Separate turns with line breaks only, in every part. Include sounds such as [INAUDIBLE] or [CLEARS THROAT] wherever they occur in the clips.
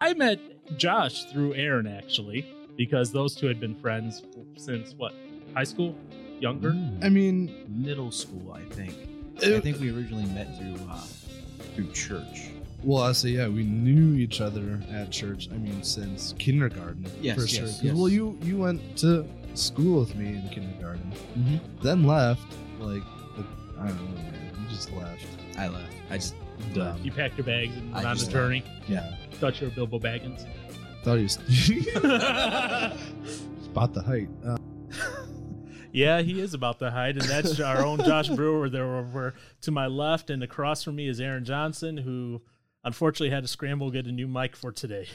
I met Josh through Aaron actually because those two had been friends since what high school, younger.
Mm.
I mean,
middle school, I think. I
it-
think we originally met through uh, through church.
well, I say yeah, we knew each other at church. I mean, since kindergarten,
Yes,
for
yes,
sure. 'Cause,
yes.
Well, you you went to school with me in kindergarten,
Mhm.
then left. Like, I don't know, man, you just left.
I left. I just um,
Dumb.
You packed your bags and
I
went on the
just-
journey.
Yeah,
Thought you were Bilbo Baggins.
thought he was [LAUGHS] about the height. Uh,
Yeah, he is about the height, and that's our own Josh Brewer. There over to my left, and across from me is Aaron Johnson, who unfortunately had to scramble get a new mic for today.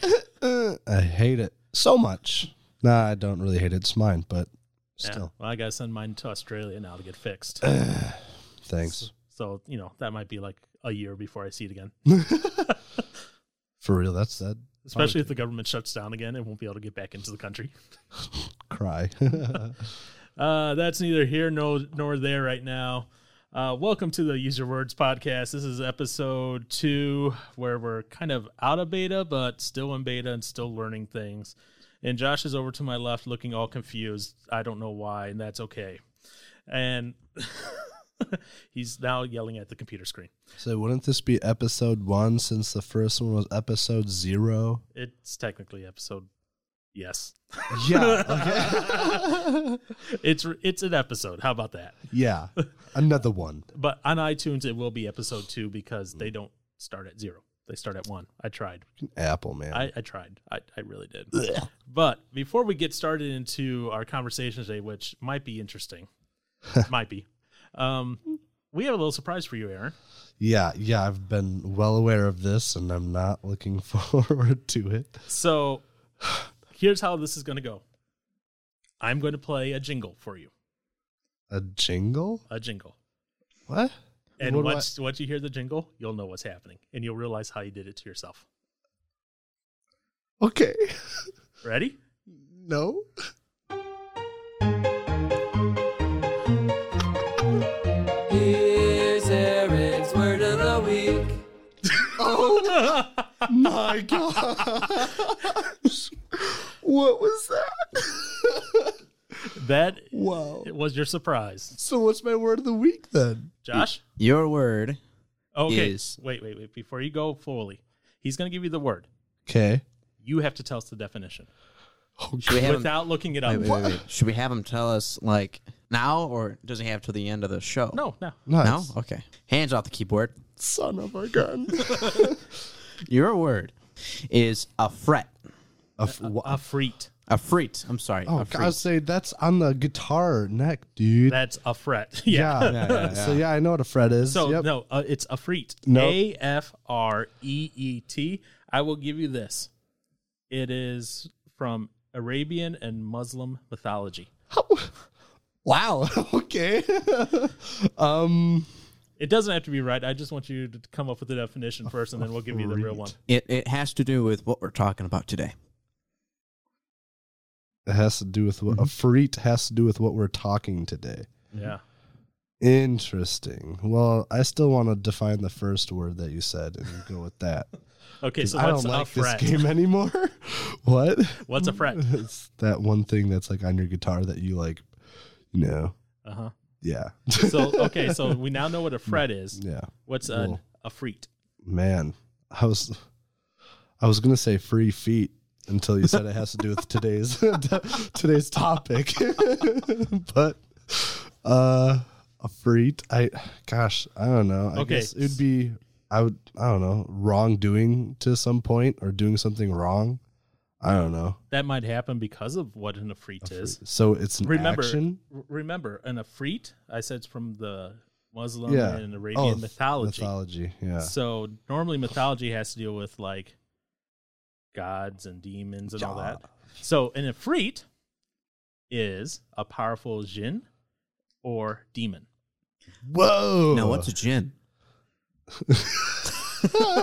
uh, I hate it so much. Nah, I don't really hate it. It's mine, but
Yeah.
still, [SIGHS]
well, I gotta send mine to Australia now to get fixed.
thanks
So you know that might be like a year before I see it again.
for real. That's that
Especially if the government shuts down again and won't be able to get back into the country.
cry. [LAUGHS]
Uh, that's neither here nor, nor there right now. Uh, welcome to the User Words Podcast. This is episode two, where we're kind of out of beta, but still in beta and still learning things. And Josh is over to my left, looking all confused. I don't know why, and that's okay. And [LAUGHS] he's now yelling at the computer screen.
so, wouldn't this be episode one since the first one was episode zero?
It's technically episode. Yes,
[LAUGHS]
[LAUGHS]
Yeah. Okay.
it's it's an episode. How about that?
yeah. Another one.
But on iTunes, it will be episode two because they don't start at zero. They start at one. I tried.
Apple, man.
I, I tried. I, I really did. But before we get started into our conversation today, which might be interesting, might be, um, we have a little surprise for you, Aaron.
yeah. Yeah. I've been well aware of this and I'm not looking [LAUGHS] forward to it.
So here's how this is going to go I'm going to play a jingle for you.
A jingle?
A jingle.
What?
And
What do I-
once, once you hear the jingle, you'll know what's happening and you'll realize how you did it to yourself.
Okay.
Ready?
No.
Here's Eric's word of the week.
Oh my God. what was that? [LAUGHS]
that
wow.
it was your surprise.
So, what's my word of the week then?
Josh? Oh,
your word.
Okay.
is-
Wait, wait, wait. Before you go fully, he's going to give you the word.
Okay.
You have to tell us the definition
Should we have him,
without looking it up.
wait, wait, wait, wait. Should we have him tell us like now, or does he have till the end of the show?
No, no.
No.
Nice.
Okay. Hands off the keyboard.
Son of a gun.
Your word is a fret.
a f- wha-
A freet.
A freet. I'm sorry.
oh,
a
God, I would say that's on the guitar neck, dude.
That's a fret. [LAUGHS] yeah.
yeah. [LAUGHS] So yeah, I know what a fret is.
So
Yep.
no, uh, it's a freet.
Nope.
A F R E E T. I will give you this. It is from Arabian and Muslim mythology.
[LAUGHS] Wow. [LAUGHS] okay. um.
It doesn't have to be right. I just want you to come up with the definition first, and then we'll give you the real one.
It it has to do with what we're talking about today.
It has to do with what a freet has to do with what we're talking today.
Yeah.
Interesting. Well, I still want to define the first word that you said and go with
[LAUGHS]
that.
Okay. So
I
what's
don't
a
like this
fret?
game [LAUGHS] anymore. what?
What's a
[LAUGHS]
fret?
It's that one thing that's like on your guitar that you like, you know.
Uh huh.
Yeah. [LAUGHS]
So okay. So we now know what a fret is.
Mm, yeah.
What's an
Cool.
a freet?
Man, I was I was gonna say free feet until you said it has to do with today's [LAUGHS] today's topic, [LAUGHS] but uh, a freet. I gosh, I don't know. I
Okay.
guess it would be I would I don't know wrongdoing to some point or doing something wrong. I don't know.
That might happen because of what an
A
afreet
freet.
is.
So it's an
Remember,
action.
r- remember, an afreet. I said it's from the Muslim
Yeah.
and Arabian
Oh,
mythology.
Mythology. Yeah.
So normally mythology has to deal with like gods and demons and all that. So an afreet is a powerful jinn or demon.
Whoa.
Now, what's a gin?
[LAUGHS]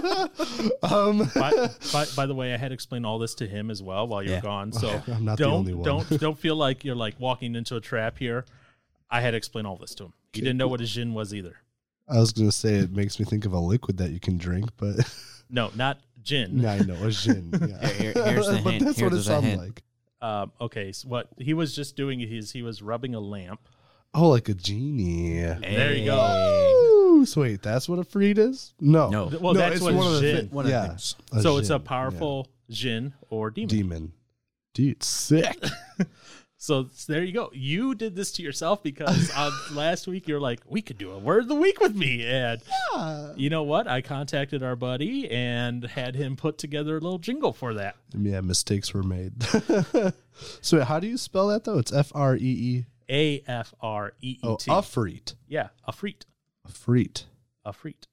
um. [LAUGHS]
By, by, by the way, I had explained all this to him as well while you were
Yeah.
gone.
[LAUGHS]
So
I'm not the
don't
only one. [LAUGHS]
don't don't feel like you're like walking into a trap here. I had to explain all this to him. He didn't know what a jinn was either.
I was gonna say it makes me think of a liquid that you can drink, but [LAUGHS]
No, not gin.
Yeah, I know a
[LAUGHS]
gin. Yeah.
Here- here- here's the
[LAUGHS] but
hint,
that's what
here's
it
the
sounds
hint.
like.
Um, okay, so what he was just doing is he was rubbing a lamp.
Oh, like a genie.
There you go.
Ooh, so wait, that's what a freed is? No,
No.
Well,
No,
Oh, that's
it's
what
one of the
gin.
thi-
One of the
yeah.
things.
so it's
gin,
a powerful gin or
yeah.
demon.
demon. Dude,
[LAUGHS]
sick. [LAUGHS]
So s- there you go. You did this to yourself because
[LAUGHS]
uh, last week you're like, we could do a word of the week with me, and
I
you know what? I contacted our buddy and had him put together a little jingle for that.
mean, yeah, mistakes were made. [LAUGHS] so wait, how do you spell that though? It's F R E E.
A F R E E
Oh,
T.
afreet.
Yeah, a freet,
Afreet.
a freet.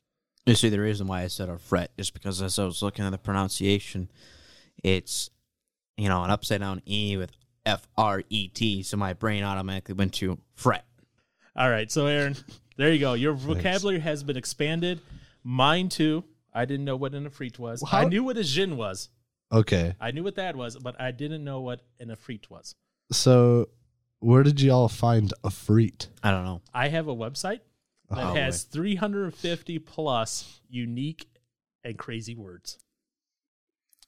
You see, the reason why I said a fret is because as I was looking at the pronunciation, it's, you know, an upside down E with F R E T. So my brain automatically went to fret.
All right, so Aaron, there you go. Your vocabulary has been expanded. Mine too. I didn't know what an afreet was.
Well, how-
I knew what a gin was.
Okay,
I knew what that was, but I didn't know what an afreet was.
so where did y'all find afreet?
I don't know.
I have a website that
Oh,
has 350 plus unique and crazy words.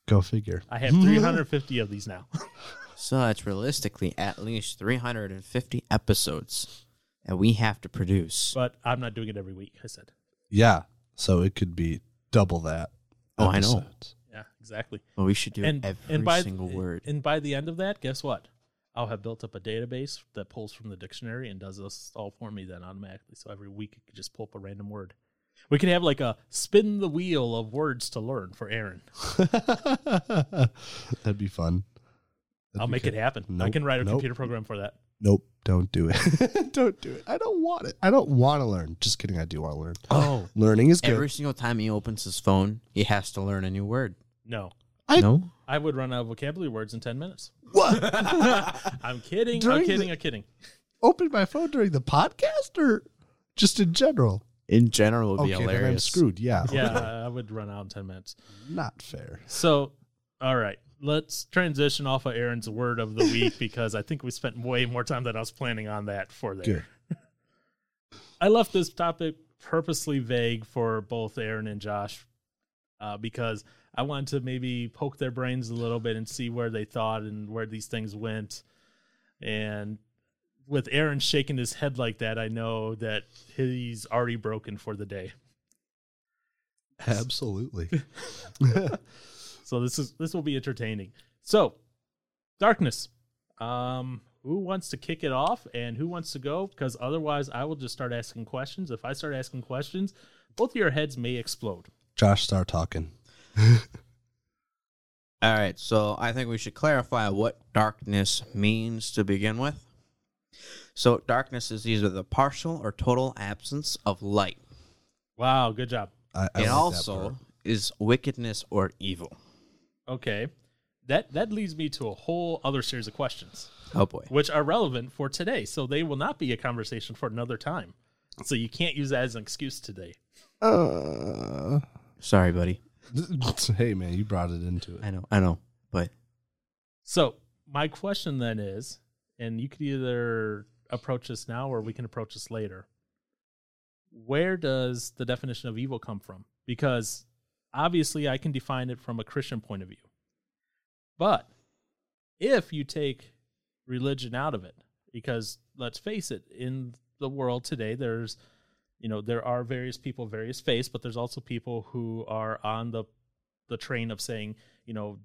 Go figure.
I
[LAUGHS]
have 350 of these now.
So that's realistically at least 350 episodes that we have to produce.
But I'm not doing it every week, I said.
Yeah, so it could be double that.
Oh, I know.
episodes.
Yeah, exactly.
But we should do
and
every
and by
single word.
and by the end of that, guess what? I'll have built up a database that pulls from the dictionary and does this all for me then automatically. So every week it could just pull up a random word. We could have like a spin the wheel of words to learn for Aaron.
[LAUGHS] That'd be fun. That'd
I'll
be
make
good.
it happen. I
Nope,
can write a
nope.
computer program for that.
Nope, don't do it. [LAUGHS] don't do it. I don't want it. I don't want to learn. Just kidding. I do want to learn.
oh,
Learning is good.
[LAUGHS] every single time he opens his phone, he has to learn a new word.
No.
I-
no?
I would run out of vocabulary words in 10
[LAUGHS]
minutes.
what?
I'm kidding.
During
I'm kidding.
the-
I'm kidding.
[LAUGHS] Open my phone during the podcast or just in general?
In general, would be
okay,
hilarious.
then I'm screwed. Yeah.
Yeah, I would run out in 10 minutes.
Not fair.
So, all right, let's transition off of Aaron's word of the
[LAUGHS]
week because I think we spent way more time than I was planning on that for there.
Good.
I left this topic purposely vague for both Aaron and Josh uh, because I wanted to maybe poke their brains a little bit and see where they thought and where these things went. And with Aaron shaking his head like that, I know that he's already broken for the day.
Absolutely.
So this is this will be entertaining. So, darkness. Um, who wants to kick it off and who wants to go? Because otherwise, I will just start asking questions. If I start asking questions, both of your heads may explode.
Josh, start talking.
All right, so I think we should clarify what darkness means to begin with. So, darkness is either the partial or total absence of light.
Wow, good job.
I, I
it
like that part.
also is wickedness or evil.
Okay, that that leads me to a whole other series of questions,
Oh boy.
which are relevant for today. So they will not be a conversation for another time. So you can't use that as an excuse today.
[LAUGHS]
Uh,
Sorry, buddy.
[LAUGHS] hey, man, you brought it into it.
I know, I know. But
So my question then is, and you could either approach this now or we can approach this later. Where does the definition of evil come from? Because obviously I can define it from a Christian point of view. But if you take religion out of it, because let's face it, in the world today there's you know, there are various people, various faiths, but there's also people who are on the the train of saying, you know,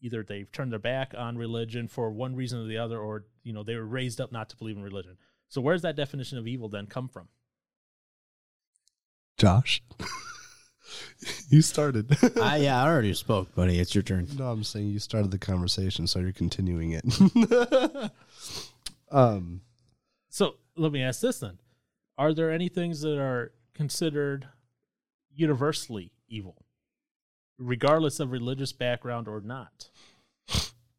either they've turned their back on religion for one reason or the other, or you know they were raised up not to believe in religion. So where's that definition of evil then come from?
Josh, [LAUGHS] you started.
[LAUGHS] I yeah, I already spoke, buddy. It's your turn.
No, I'm saying [LAUGHS] you started the conversation, so you're continuing it. [LAUGHS] um,
So let me ask this then: Are there any things that are considered universally evil, regardless of religious background or not?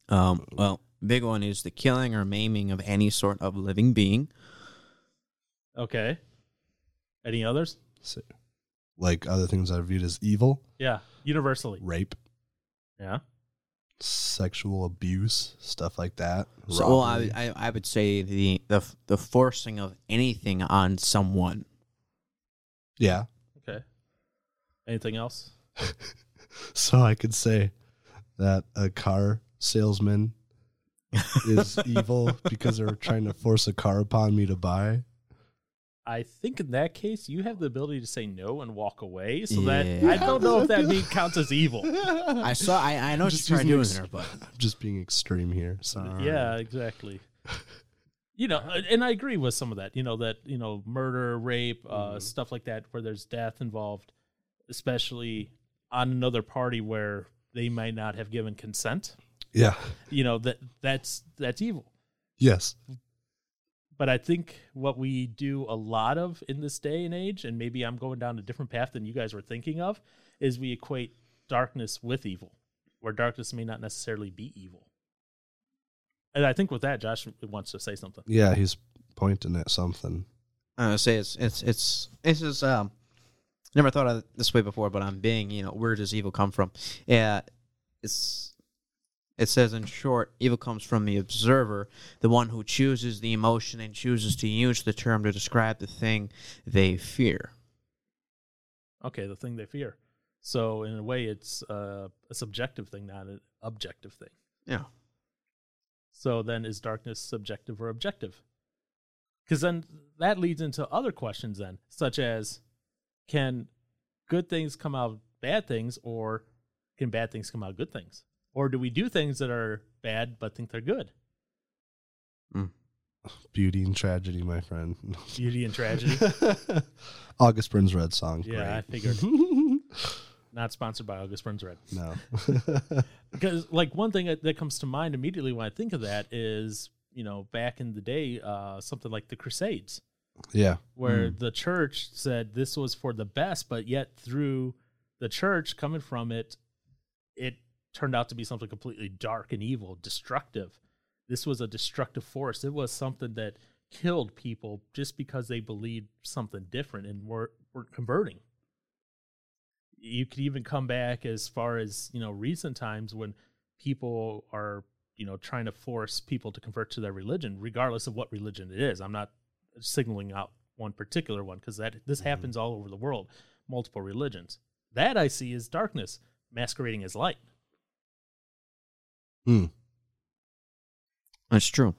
Um, well, big one is the killing or maiming of any sort of living being.
Okay. Any others?
so, like other things I viewed as evil,
Yeah, universally.
rape,
Yeah.
sexual abuse, stuff like that.
So, well, I,
robbery.
I I would say the the the forcing of anything on someone.
yeah.
Okay. Anything else?
So I could say that a car salesman
[LAUGHS]
is evil because they're trying to force a car upon me to buy.
I think in that case, you have the ability to say no and walk away. So that
Yeah.
I don't know if that be, counts as evil.
I saw. I, I know what you
Just
tried
using
doing
ex-
there, but
I'm just being extreme here. Sorry.
Yeah, exactly. [LAUGHS] You know, uh, and I agree with some of that. You know that you know murder, rape, uh,
Mhm.
stuff like that, where there's death involved, especially on another party where they might not have given consent.
Yeah.
You know that that's that's evil.
Yes.
but I think what we do a lot of in this day and age, and maybe I'm going down a different path than you guys were thinking of, is we equate darkness with evil, where darkness may not necessarily be evil. And I think with that, Josh wants to say something.
Yeah, he's pointing at something.
I would say it's it's it's it's just um never thought of it this way before, but I'm being you know where does evil come from? Yeah, it's it says in short, evil comes from the observer, the one who chooses the emotion and chooses to use the term to describe the thing they fear.
Okay, the thing they fear. So in a way, it's uh, a subjective thing, not an objective thing.
Yeah,
So then, is darkness subjective or objective? Because then that leads into other questions, then, such as can good things come out of bad things, or can bad things come out of good things? Or do we do things that are bad but think they're good?
Beauty and tragedy, my friend.
Beauty and tragedy.
[LAUGHS] August Burns Red song.
yeah, I
Great.
figured. Not sponsored by August Burns Red.
[LAUGHS] No. [LAUGHS]
because like one thing that, that comes to mind immediately when I think of that is you know back in the day uh, something like the Crusades
yeah.
where the church said this was for the best, but yet through the church coming from it, it turned out to be something completely dark and evil, destructive. This was a destructive force. It was something that killed people just because they believed something different and weren't, weren't converting. You could even come back as far as, you know, recent times when people are, you know, trying to force people to convert to their religion, regardless of what religion it is. I'm not signaling out one particular one because that this happens all over the world, multiple religions. That I see is darkness masquerading as light.
Hmm.
that's true.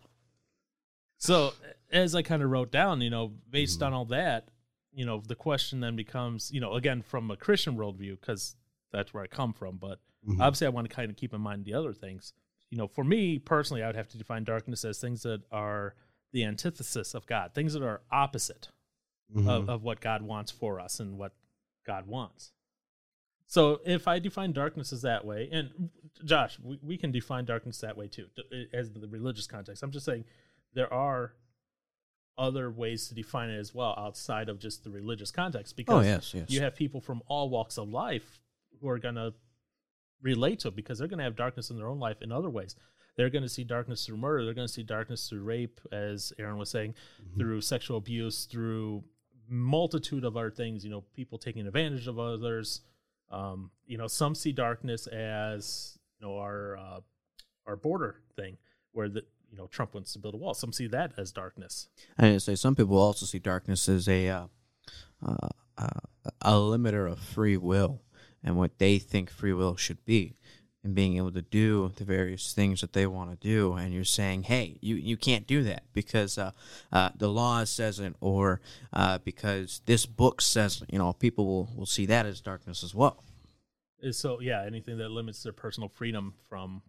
So as I kind of wrote down, you know, based
Mhm.
on all that, you know, the question then becomes, you know, again from a Christian worldview because that's where I come from, but
Mhm.
obviously I want to kind of keep in mind the other things. You know, for me personally, I would have to define darkness as things that are the antithesis of God, things that are opposite.
Mhm.
of, of what God wants for us and what God wants. So if I define darkness as that way, and Josh, we, we can define darkness that way too, d- as the religious context. I'm just saying there are other ways to define it as well outside of just the religious context because
Oh yes, yes.
you have people from all walks of life who are going to relate to it because they're going to have darkness in their own life in other ways. They're going to see darkness through murder. They're going to see darkness through rape, as Aaron was saying, through sexual abuse, through multitude of other things. You know, people taking advantage of others. Um, you know, some see darkness as you know our uh, our border thing, where the you know Trump wants to build a wall. Some see that as darkness.
I didn't say some people also see darkness as a uh, uh, uh, a limiter of free will and what they think free will should be, and being able to do the various things that they want to do. And you're saying, hey, you, you can't do that because uh, uh, the law says it, or uh, because this book says it. You know, people will, will see that as darkness as well.
is so yeah anything that limits their personal freedom from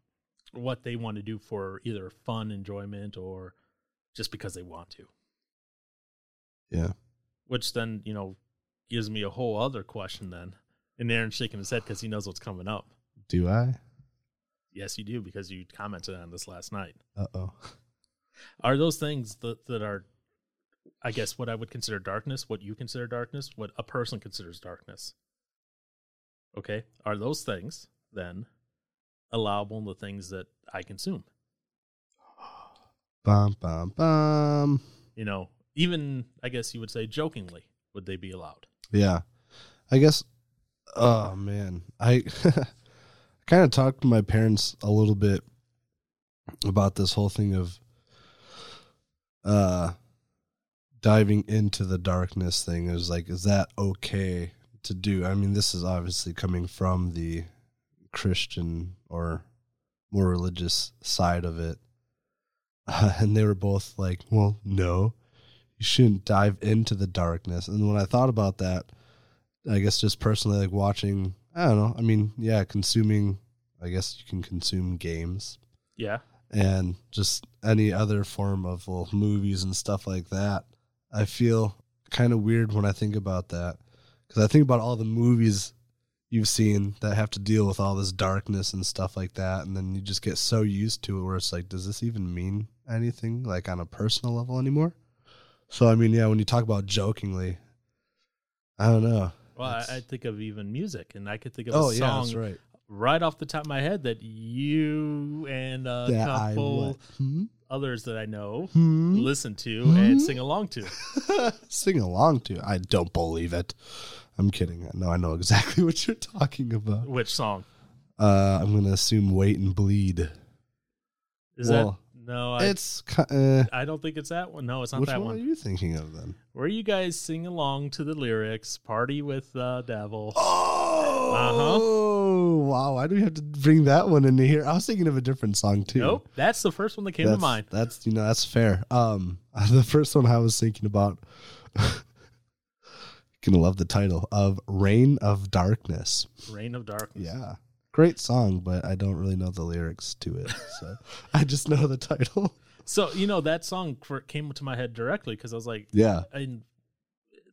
what they want to do for either fun enjoyment or just because they want to
yeah.
which then you know gives me a whole other question then and aaron's shaking his head because he knows what's coming up
Do I?
yes you do because you commented on this last night
Uh oh.
are those things that, that are i guess what i would consider darkness what you consider darkness what a person considers darkness okay are those things then allowable in the things that i consume
Bum bum bum.
you know, even I guess you would say jokingly, would they be allowed?
Yeah. I guess oh man. I [LAUGHS] kind of talked to my parents a little bit about this whole thing of uh diving into the darkness thing. It was like, is that okay to do? I mean, this is obviously coming from the Christian or more religious side of it. [LAUGHS] Uh, and they were both like, well, no, you shouldn't dive into the darkness. And when I thought about that, I guess just personally, like watching, I don't know. I mean, yeah, consuming, I guess you can consume games
Yeah.
and just any other form of well, movies and stuff like that. I feel kind of weird when I think about that because I think about all the movies you've seen that have to deal with all this darkness and stuff like that, and then you just get so used to it where it's like, does this even mean anything like on a personal level anymore? So I mean, yeah, when you talk about jokingly, I don't know.
Well, I,
That's-
I think of even music, and I could think of a
Oh yeah,
song
that's right.
right off the top of my head that you and a
That I
couple
what? Hmm?
others that I know
Hmm?
listen to
Hmm?
and sing along to.
[LAUGHS] sing along to. I don't believe it. I'm kidding. No, I know exactly [LAUGHS] what you're talking about.
Which song
Uh, I'm gonna assume wait and bleed.
is
Well,
that? No, I,
it's ki- uh,
I don't think it's that one. No, it's not
which
that one.
one, are you thinking of then?
Where you guys sing along to the lyrics, "Party with the Devil." Uh-huh.
Oh, wow! Why do we have to bring that one into here? I was thinking of a different song too.
Nope, that's the first one that came
that's,
to mind.
That's you know that's fair. Um, [LAUGHS] the first one I was thinking about. [LAUGHS] Gonna love the title of "Reign of Darkness."
Reign of Darkness.
Yeah. Great song, but I don't really know the lyrics to it. So [LAUGHS] I just know the title.
So you know that song cr- came to my head directly because I was like,
Yeah.
and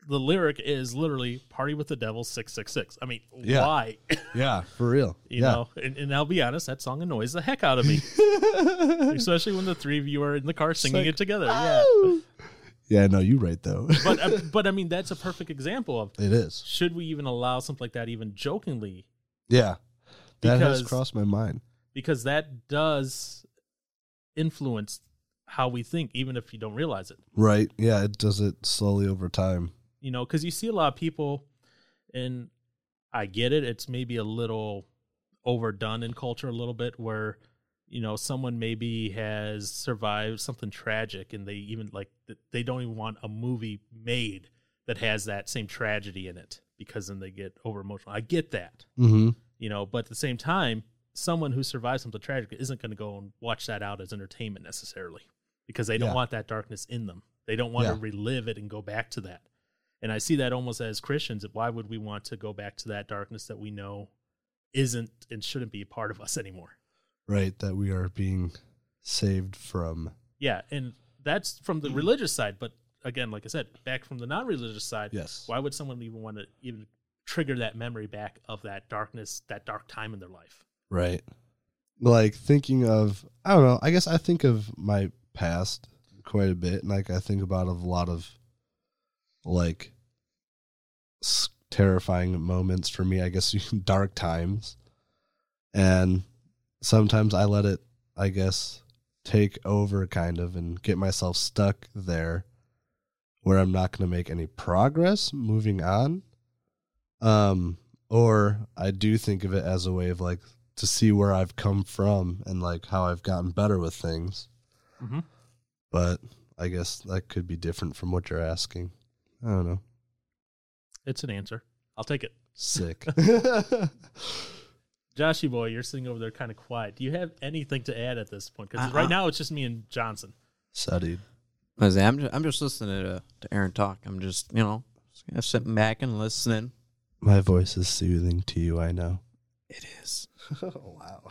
the lyric is literally "Party with the Devil" six six six. I mean,
Yeah.
why?
Yeah. For real.
You know, and, and I'll be honest, that song annoys the heck out of
[LAUGHS]
me,
yeah.
especially when the three of you are in the car singing
like,
it together. [LAUGHS] Yeah,
yeah. no, you right though.
but uh, but I mean, that's a perfect example of
[LAUGHS] it is.
should we even allow something like that, even jokingly,
Yeah. That has
Because-
crossed my mind.
because that does influence how we think, even if you don't realize it.
Right. Yeah, it does it slowly over time.
you know, because you see a lot of people, and I get it. It's maybe a little overdone in culture a little bit, where you know someone maybe has survived something tragic, and they even like th- they don't even want a movie made that has that same tragedy in it because then they get over emotional. I get that,
Mm-hmm.
you know, but at the same time, someone who survives something tragic isn't going to go and watch that out as entertainment necessarily because they don't
Yeah.
want that darkness in them. They don't want
Yeah.
to relive it and go back to that. And I see that almost as Christians. Why would we want to go back to that darkness that we know isn't and shouldn't be a part of us anymore?
Right. That we are being saved from.
Yeah. And that's from
Mm-hmm.
the religious side. But again, like I said, back from the non religious side,
Yes.
why would someone even want to even trigger that memory back of that darkness, that dark time in their life?
Right. Like thinking of, I don't know, I guess I think of my past quite a bit. And like I think about a lot of like s- terrifying moments for me, I guess, [LAUGHS] dark times. And sometimes I let it, I guess, take over kind of and get myself stuck there where I'm not going to make any progress moving on. Um, or I do think of it as a way of like to see where I've come from and like how I've gotten better with things. Mm-hmm.
Mhm.
But I guess that could be different from what you're asking. I don't know.
It's an answer. I'll take it.
[LAUGHS] Sick.
Joshy boy, you're sitting over there kind of quiet. Do you have anything to add at this point? Because
Uh-uh.
right now it's just me and Johnson.
so, dude.
As I'm just, I'm just listening to, to Aaron talk. I'm just, you know, just sitting back and listening.
My voice is soothing to you, I know.
It is.
wow.
All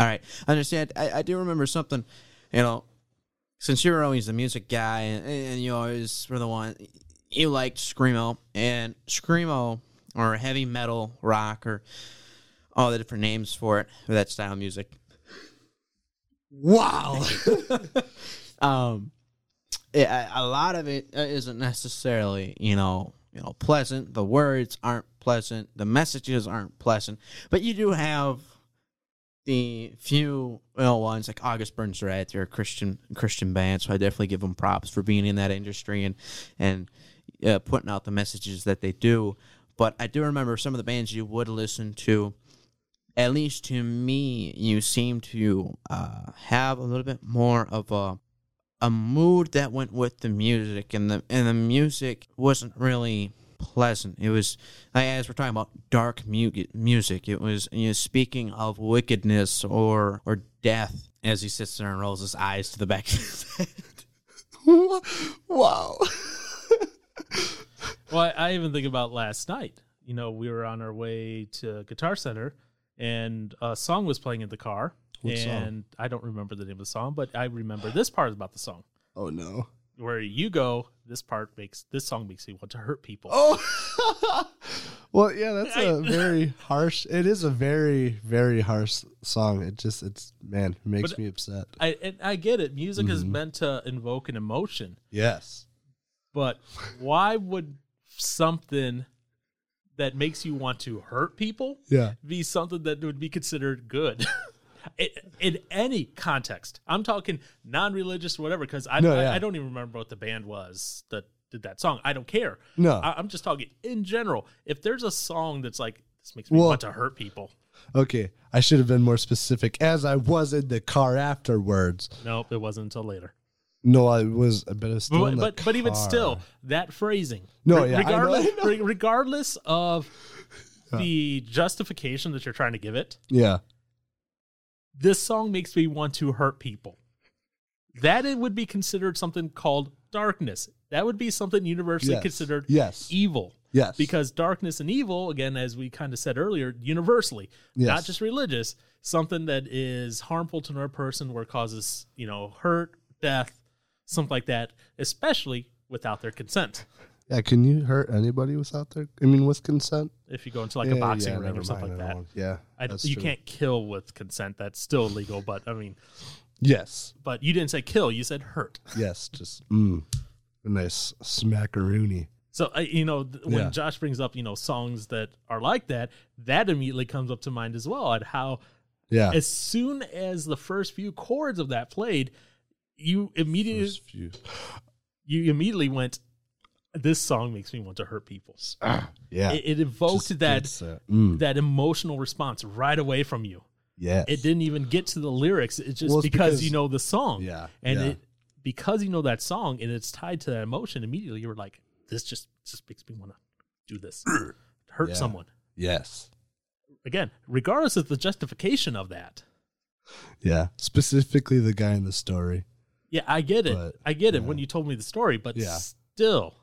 right. I understand. I, I do remember something, you know, since you were always the music guy and, and you always were the one, you liked Screamo and Screamo or heavy metal, rock, or all the different names for it, or that style of music. Wow. [LAUGHS] um, it, a a lot of it uh, isn't necessarily, you know, you know, pleasant. The words aren't pleasant. The messages aren't pleasant. But you do have the few well, ones like August Burns Red, they're a Christian Christian band, so I definitely give them props for being in that industry and and uh, putting out the messages that they do. But I do remember some of the bands you would listen to. At least to me, you seem to uh, have a little bit more of a a mood that went with the music, and the and the music wasn't really pleasant. It was like as we're talking about dark mu- music. It was you know speaking of wickedness or or death as he sits there and rolls his eyes to the back of his [LAUGHS] head.
[LAUGHS] wow.
Well, I, I even think about last night. You know, we were on our way to Guitar Center, and a song was playing in the car.
What song?
and I don't remember the name of the song, but I remember this part about the song
Oh no.
where you go. This part makes this song makes me want to hurt people.
Oh. [LAUGHS] well, yeah, that's a
I-
[LAUGHS] very harsh. It is a very very harsh song. It just it's man it makes
But-
me upset.
I and I get it. Music is
Mhm.
meant to invoke an emotion,
Yes.
but why would something that makes you want to hurt people
Yeah.
be something that would be considered good? [LAUGHS] In, in any context, I'm talking non-religious, whatever. Because I,
No,
I-
yeah.
I don't even remember what the band was that did that song. I don't care.
No.
I, I'm just talking in general. If there's a song that's like this makes me
Well-
want to hurt people,
okay. I should have been more specific. As I was in the car afterwards.
nope, it wasn't until later.
No, I was. I bet I was still in
But
the
but, but even
car.
still, that phrasing.
No,
re-
yeah, I know,
regardless,
I know.
re- regardless of the justification that you're trying to give it,
Yeah.
this song makes me want to hurt people. That it would be considered something called darkness. That would be something universally
Yes.
considered
Yes.
evil.
Yes.
Because darkness and evil, again, as we kind of said earlier, universally,
Yes.
not just religious, something that is harmful to another person where it causes, you know, hurt, death, something like that, especially without their consent.
Yeah. Can you hurt anybody without their? I mean, with consent.
If you go into like
Yeah,
a boxing
yeah,
ring
never
or something
mind,
like
I
that,
don't- Yeah.
I,
that's
you
true.
can't kill with consent. That's still illegal. But I mean,
Yes.
but you didn't say kill. You said hurt.
Yes. Just mm, a nice smackaroonie.
So I, you know, th- when
Yeah.
Josh brings up you know songs that are like that, that immediately comes up to mind as well. At how
Yeah.
as soon as the first few chords of that played, you immediately
Those few-
you immediately went, "This song makes me want to hurt people."
Yeah.
It, it evoked
Ah. just
that
gets that. Mm,
that emotional response right away from you.
yes.
It didn't even get to the lyrics. It's just
Well, it's
because,
because-
you know the song.
Yeah,
and
yeah.
it because you know that song and it's tied to that emotion immediately you were like this just just makes me want to do
[CLEARS THROAT]
this hurt
Yeah.
someone
Yes.
again regardless of the justification of that
Yeah. Specifically the guy in the story.
yeah i get it
But,
i get it
yeah.
when you told me the story but
Yeah.
still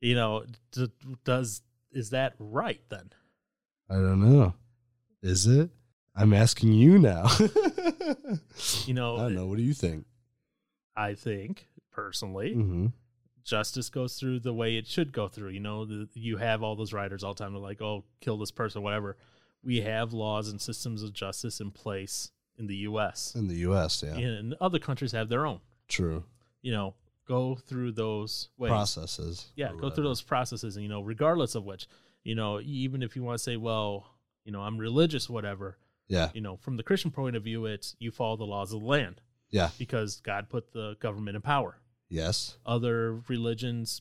you know d- does is that right then
I don't know. Is it? I'm asking you now. [LAUGHS] I
you know
don't know. What do you think?
i think personally
Mm-hmm.
justice goes through the way it should go through. You know, the, you have all those writers all the time. They're like, "Oh, kill this person, whatever." We have laws and systems of justice in place in the U.S.
In the U.S. Yeah.
and other countries have their own.
True.
You know, go through those ways.
Processes.
yeah,
or
go through
whatever.
those processes, and you know, regardless of which, you know, e, even if you want to say, "Well, you know, I'm religious, whatever."
Yeah.
You know, from the Christian point of view, it's you follow the laws of the land
Yeah.
because God put the government in power.
Yes.
other religions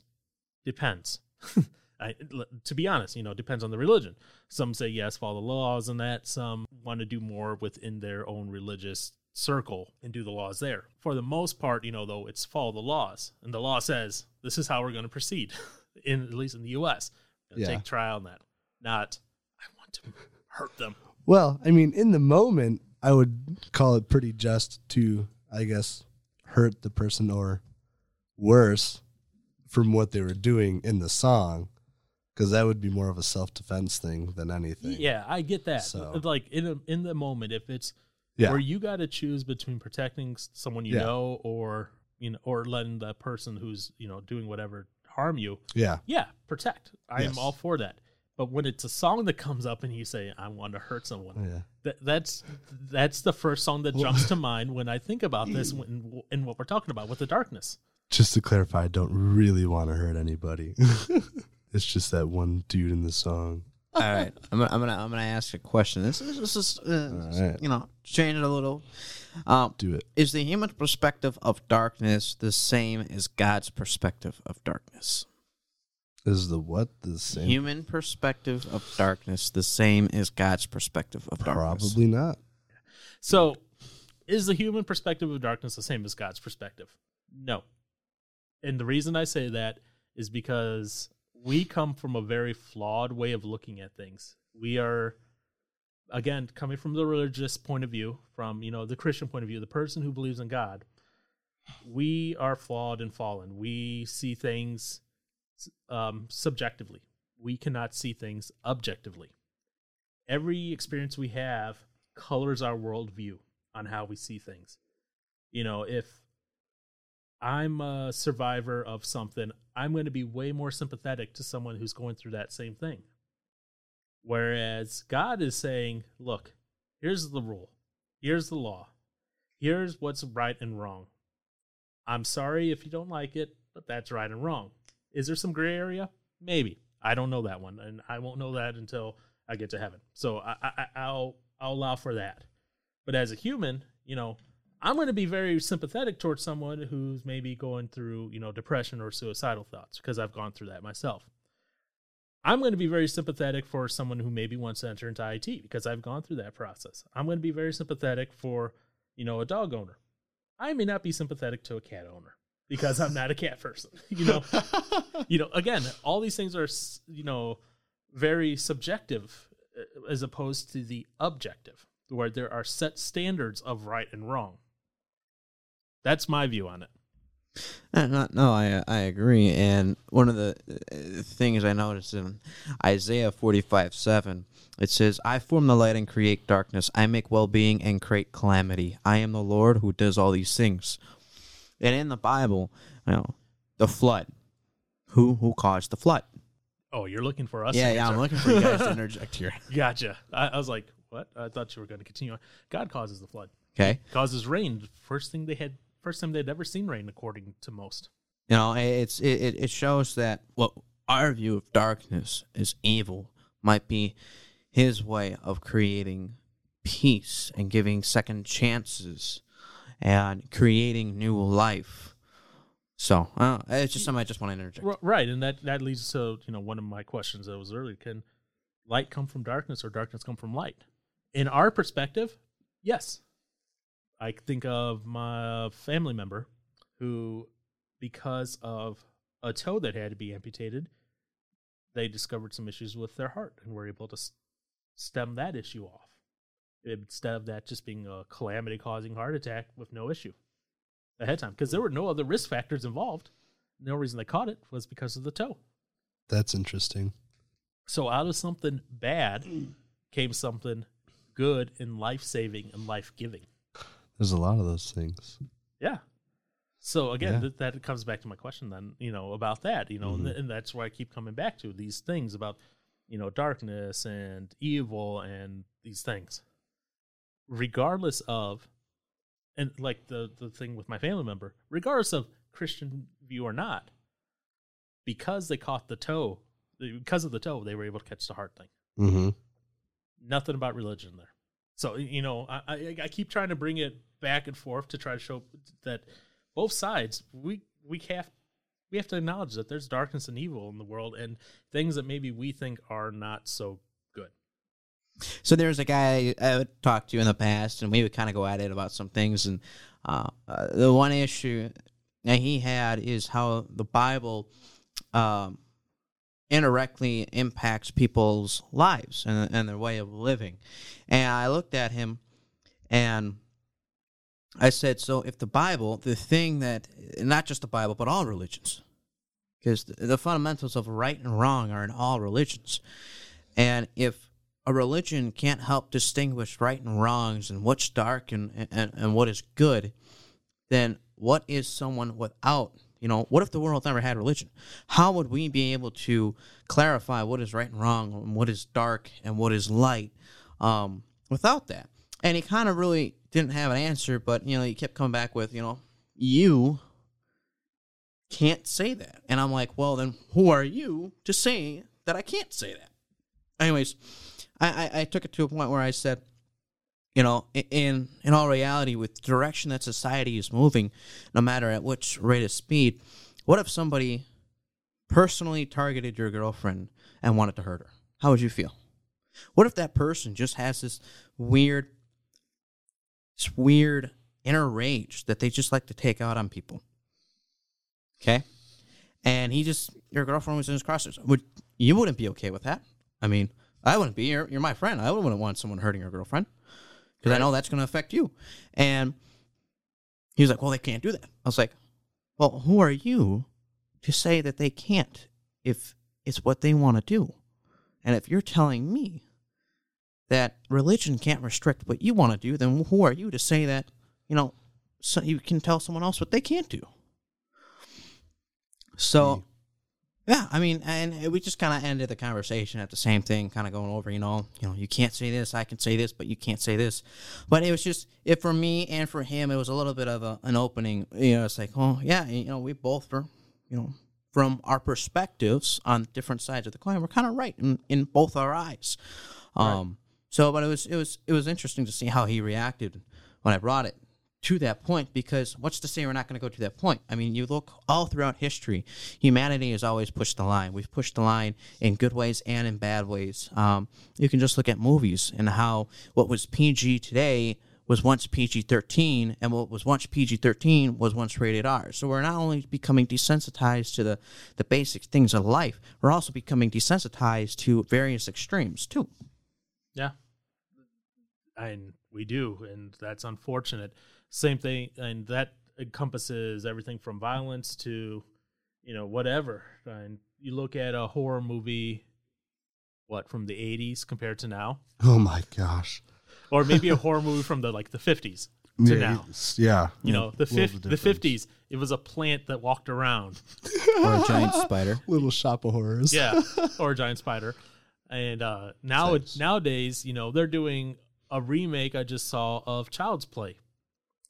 depends [LAUGHS] I, l- to be honest you know depends on the religion some say yes follow the laws and that some want to do more within their own religious circle and do the laws there for the most part you know though it's follow the laws and the law says this is how we're going to proceed [LAUGHS] in at least in the us Gonna
Yeah.
take trial on that not i want to hurt them
Well, I mean, in the moment, I would call it pretty just to, I guess, hurt the person or worse from what they were doing in the song, because that would be more of a self defense [LAUGHS] thing than anything.
yeah i get that
So-
like in, a, in the moment if it's
Yeah.
where you got to choose between protecting s- someone you
Yeah.
know or you know or letting the person who's you know doing whatever harm you
Yeah.
yeah protect i
Yes.
am all for that but when it's a song that comes up and you say i want to hurt someone
Oh, Yeah.
that, that's that's the first song that jumps
[LAUGHS]
to mind when i think about this when, and what we're talking about with the darkness
Just to clarify, I don't really want to hurt anybody. [LAUGHS] it's just that one dude in the song.
All right, I'm gonna, I'm gonna I'm gonna ask a question. This is this is uh,
All right.
you know change it a little. Um,
Do it.
is the human perspective of darkness the same as God's perspective of darkness?
Is the what the same?
Human perspective of darkness the same as God's perspective of darkness?
Probably not.
so is the human perspective of darkness the same as god's perspective no and the reason i say that is because we come from a very flawed way of looking at things. We are again coming from the religious point of view, from you know the Christian point of view, the person who believes in God. We are flawed and fallen. We see things um, subjectively. We cannot see things objectively. Every experience we have colors our worldview on how we see things. You know, if I'm a survivor of something, I'm going to be way more sympathetic to someone who's going through that same thing. Whereas God is saying, look, here's the rule, here's the law, here's what's right and wrong. I'm sorry if you don't like it, but that's right and wrong. Is there some gray area? Maybe. I don't know that one, and I won't know that until I get to heaven. So I, I, I'll I'll allow for that. But as a human, you know, I'm going to be very sympathetic towards someone who's maybe going through, you know, depression or suicidal thoughts because I've gone through that myself. I'm going to be very sympathetic for someone who maybe wants to enter into IT because I've gone through that process. I'm going to be very sympathetic for, you know, a dog owner. I may not be sympathetic to a cat owner because I'm not a cat person. [LAUGHS] You
[LAUGHS]
know, you know, again, all these things are, s- you know, very subjective uh, as opposed to the objective where there are set standards of right and wrong. That's my view on it.
Uh, no, no, I I agree. And one of the uh, things I noticed in Isaiah forty five seven, it says, "I form the light and create darkness. I make well being and create calamity. I am the Lord who does all these things." And in the Bible, you know, the flood. Who who caused the flood?
Oh, you're looking for us?
yeah,
to
yeah. I'm
answer.
looking for you [LAUGHS] guys to interject here.
Gotcha. I, I was like, what? I thought you were going to continue on. God causes the flood.
Okay.
Causes rain. First thing they had, first time they'd ever seen rain, according to most.
You know, it's it, it- it shows that what our view of darkness as evil might be his way of creating peace and giving second chances and creating new life. So uh, it's just something I just want to interject.
R- right, and that that leads to you know one of my questions that was earlier: Can light come from darkness, or darkness come from light? In our perspective, yes. I think of my uh, family member who, because of a toe that had to be amputated, they discovered some issues with their heart and were able to s- stem that issue off instead of that just being a calamity causing heart attack with no issue ahead of time because there were no other risk factors involved the only reason they caught it was because of the toe.
That's interesting.
So out of something bad came something good and life saving and life giving.
There's a lot of those things.
Yeah. So again,
Yeah.
th- that comes back to my question then, you know, about that, you know, and, th- and that's why I keep coming back to these things about, you know, darkness and evil and these things. Regardless of, and like the, the thing with my family member, regardless of Christian view or not, because they caught the toe, because of the toe, they were able to catch the heart thing
Mm-hmm.
nothing about religion there. So you know, I, I I keep trying to bring it back and forth to try to show that both sides we we have we have to acknowledge that there's darkness and evil in the world and things that maybe we think are not so good.
So there was a guy I would talk to in the past, and we would kind of go at it about some things. And uh, uh, the one issue that he had is how the Bible um, indirectly impacts people's lives and, and their way of living. And I looked at him and I said, So if the Bible, the thing that, not just the Bible, but all religions, because the, the fundamentals of right and wrong are in all religions. And if a religion can't help distinguish right and wrongs and what's dark and, and, and what is good, then what is someone without? You know, what if the world never had religion? How would we be able to clarify what is right and wrong and what is dark and what is light um, without that? And he kind of really didn't have an answer, but, you know, he kept coming back with, you know, you can't say that. And I'm like, well, then who are you to say that I can't say that? anyways, I, I, I took it to a point where I said, you know, i- in in all reality, with the direction that society is moving, no matter at which rate of speed, what if somebody personally targeted your girlfriend and wanted to hurt her? How would you feel? What if that person just has this weird, this weird inner rage that they just like to take out on people? Okay, and he just your girlfriend was in his crosshairs. Would you wouldn't be okay with that? I mean, I wouldn't be. You're, you're my friend. I wouldn't want someone hurting your girlfriend because I know that's going to affect you. And he was like, "Well, they can't do that." I was like, "Well, who are you to say that they can't if it's what they want to do?" And if you're telling me that religion can't restrict what you want to do, then who are you to say that, you know, so you can tell someone else what they can't do? So, yeah, I mean, and we just kind of ended the conversation at the same thing, kind of going over, you know, you know, you can't say this, I can say this, but you can't say this. But it was just, it for me and for him, it was a little bit of a, an opening. You know, it's like, oh yeah, you know, we both were, you know, from our perspectives on different sides of the coin, we're kind of right in, in both our eyes. Um, so, but it was it was it was interesting to see how he reacted when I brought it to that point. Because what's to say we're not going to go to that point? I mean, you look all throughout history, humanity has always pushed the line. We've pushed the line in good ways and in bad ways. Um, you can just look at movies and how what was PG today was once PG 13, and what was once PG 13 was once rated R. So we're not only becoming desensitized to the, the basic things of life, we're also becoming desensitized to various extremes too.
Yeah. And we do, and that's unfortunate. Same thing, and that encompasses everything from violence to, you know, whatever. And you look at a horror movie, what from the '80s compared to now,
Oh my gosh.
or maybe a horror movie from the like the '50s to
yeah,
now.
it's- yeah.
You know, the
World's
fif- the
difference. [LAUGHS]
'50s, it was a plant that walked around.
Or a giant spider.
Little shop of horrors.
yeah or a giant spider and uh now nowadays you know they're doing a remake i just saw of child's play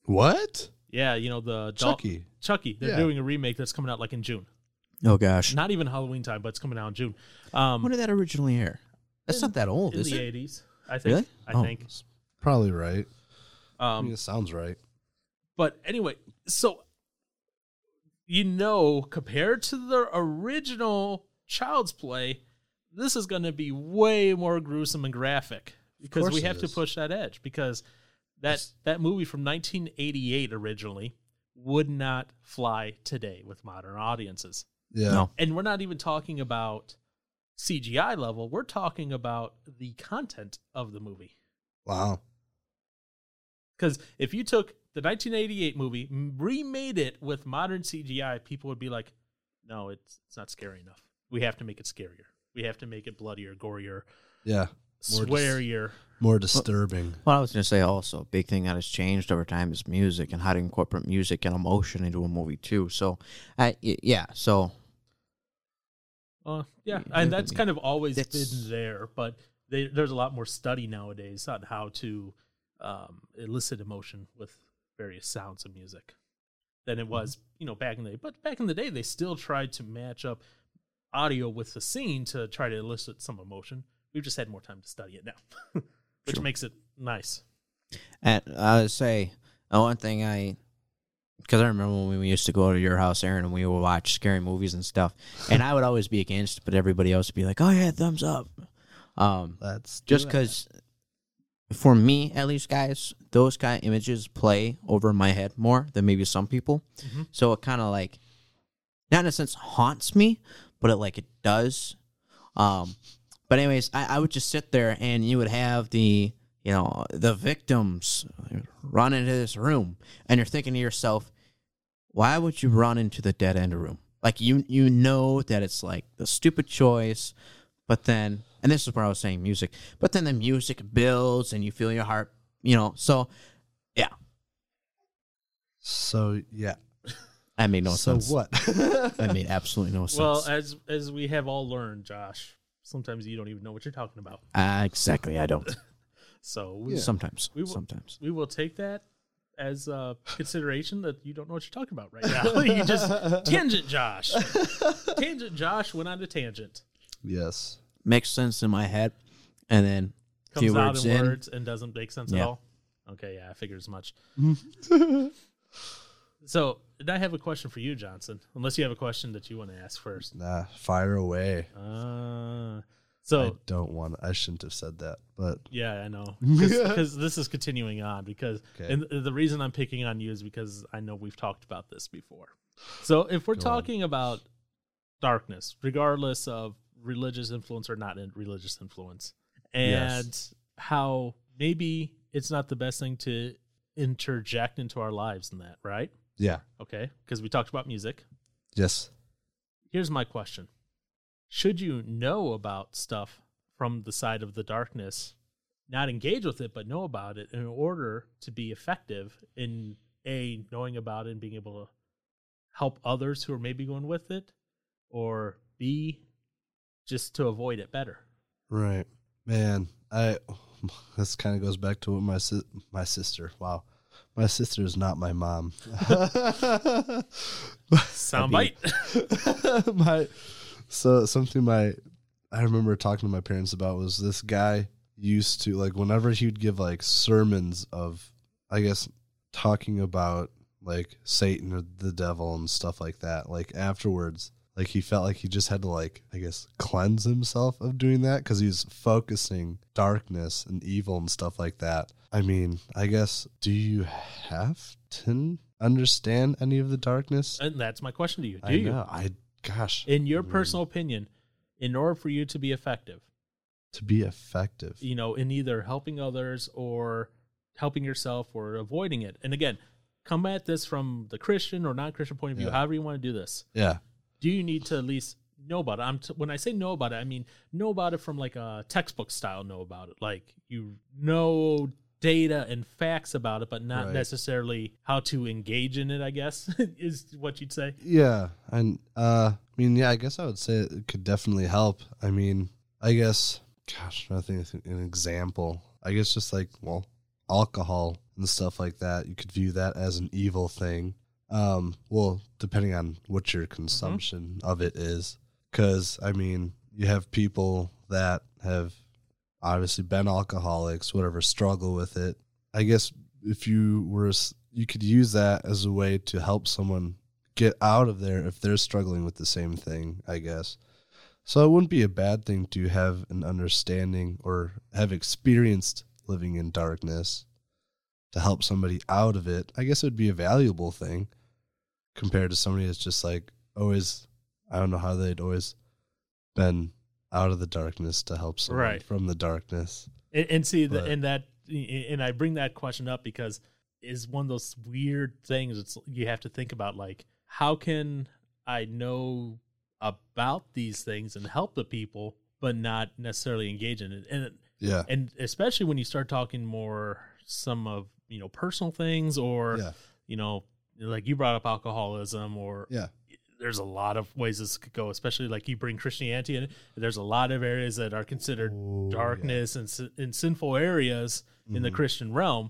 What?
yeah you know the doll-
Chucky.
chucky they're
Yeah.
doing a remake that's coming out like in june
[LAUGHS] Oh gosh.
not even halloween time but it's coming out in june um
When did that originally air? That's not that old,
in
is
the
it?
80s i think
Really?
i
Oh.
think
Probably right. I mean,
um
it sounds right.
but anyway so you know compared to the original child's play this is going to be way more gruesome and graphic because
course
we
it
have to
is.
push that edge because that that movie from 1988 originally would not fly today with modern audiences
Yeah.
No.
and we're not even talking about CGI level we're talking about the content of the movie
Wow.
because if you took the 1988 movie, m- remade it with modern CGI, people would be like, "No, it's it's not scary enough. We have to make it scarier. We have to make it bloodier, gorier,
Yeah. More dis-
swearier."
More disturbing.
Well, I was going to say also, a big thing that has changed over time is music and how to incorporate music and emotion into a movie too. So, I y yeah, so
Uh, yeah,
Yeah,
and
I
that's
mean,
kind of always
that's-
been there, but they, there's a lot more study nowadays on how to um, elicit emotion with various sounds of music than
Mm-hmm.
it was, you know, back in the day. But back in the day, they still tried to match up audio with the scene to try to elicit some emotion. We've just had more time to study it now, [LAUGHS] which
Sure.
makes it nice.
And I would say uh, one thing I, because I remember when we used to go to your house, Aaron, and we would watch scary movies and stuff, and I would always be against, but everybody else would be like, "Oh yeah, thumbs up." Um,
That's
just because, for me at least, guys, those kind of images play over my head more than maybe some people.
Mhm.
So it kind of like, not in a sense haunts me, but it like it does. Um, but anyways, I, I would just sit there and you would have the you know the victims run into this room, and you're thinking to yourself, why would you run into the dead end room? Like you you know that it's like the stupid choice, but then and this is where I was saying music, but then the music builds and you feel your heart, you know. So yeah,
so yeah.
that made no
so
sense.
what? [LAUGHS]
That made absolutely no sense.
Well, as as we have all learned, Josh, sometimes you don't even know what you're talking about.
Uh, exactly,
[LAUGHS]
I don't.
So we,
Sometimes,
We will-
sometimes.
we will take that as a consideration that you don't know what you're talking about right now. [LAUGHS] you just tangent Josh. tangent Josh went on a tangent.
yes.
Makes sense in my head, and then
Comes
few
out
words
in,
in.
words and doesn't make sense at
Yeah.
all. Okay, yeah, I figured as much. so and I have a question for you, Johnson. Unless you have a question that you want to ask first.
Nah. Fire away.
Uh, so
I don't want. I shouldn't have said that, but
Yeah,
[LAUGHS]
I know. Because this is continuing on. Because
Okay.
and th- the reason I'm picking on you is because I know we've talked about this before. So if we're
Go on.
talking about darkness, regardless of religious influence or not in religious influence,
Yes.
and how maybe it's not the best thing to interject into our lives in that, right?
Yeah.
Okay, because we talked about music.
Yes.
Here's my question Should you know about stuff from the side of the darkness, not engage with it, but know about it in order to be effective in A, knowing about it and being able to help others who are maybe going with it, or B, just to avoid it better?
Right. Man, I [LAUGHS] this kind of goes back to what my si- my sister. Wow. My sister is not my [LAUGHS] mom.
Soundbite.
[LAUGHS] my so something my I remember talking to my parents about was this guy used to like whenever he would give like sermons of I guess talking about like Satan or the devil and stuff like that. Like afterwards, like he felt like he just had to like I guess cleanse himself of doing that because he was focusing darkness and evil and stuff like that. I mean, I guess do you have to understand any of the darkness?
[LAUGHS] and that's my question to you. Do
I
you,
know. I gosh.
in your
Mm.
personal opinion, in order for you to be effective,
to be effective.
you know, in either helping others or helping yourself or avoiding it. And again, come at this from the Christian or non-Christian point of view,
Yeah.
however you want to do this.
Yeah.
Do you need to at least know about it? I'm t- when I say know about it, I mean know about it from like a textbook style know about it, like you know data and facts about it, but not
Right.
necessarily how to engage in it. I guess [LAUGHS] is what you'd say.
Yeah. And uh I mean, yeah, I guess I would say it could definitely help. I mean, I guess gosh, I think it's an example. I guess just like, well, alcohol and stuff like that, you could view that as an evil thing. Um, well, depending on what your consumption of it is. Cause I mean, you have people that have obviously been alcoholics, whatever, struggle with it. I guess if you were, s- you could use that as a way to help someone get out of there if they're struggling with the same thing, I guess. So it wouldn't be a bad thing to have an understanding or have experienced living in darkness to help somebody out of it. I guess it would be a valuable thing compared to somebody that's just like always, I don't know how they'd always been out of the darkness to help someone
Right.
from the darkness.
And, and see, the,
But-
and that, and I bring that question up because is one of those weird things. It's you have to think about like how can I know about these things and help the people, but not necessarily engage in it. And
Yeah.
and especially when you start talking more some of you know personal things or
Yeah.
you know like you brought up alcoholism or
Yeah.
there's a lot of ways this could go especially like you bring christianity in it there's a lot of areas that are considered
Oh, yeah.
darkness and sin- and sinful areas in the
Mhm.
Christian realm,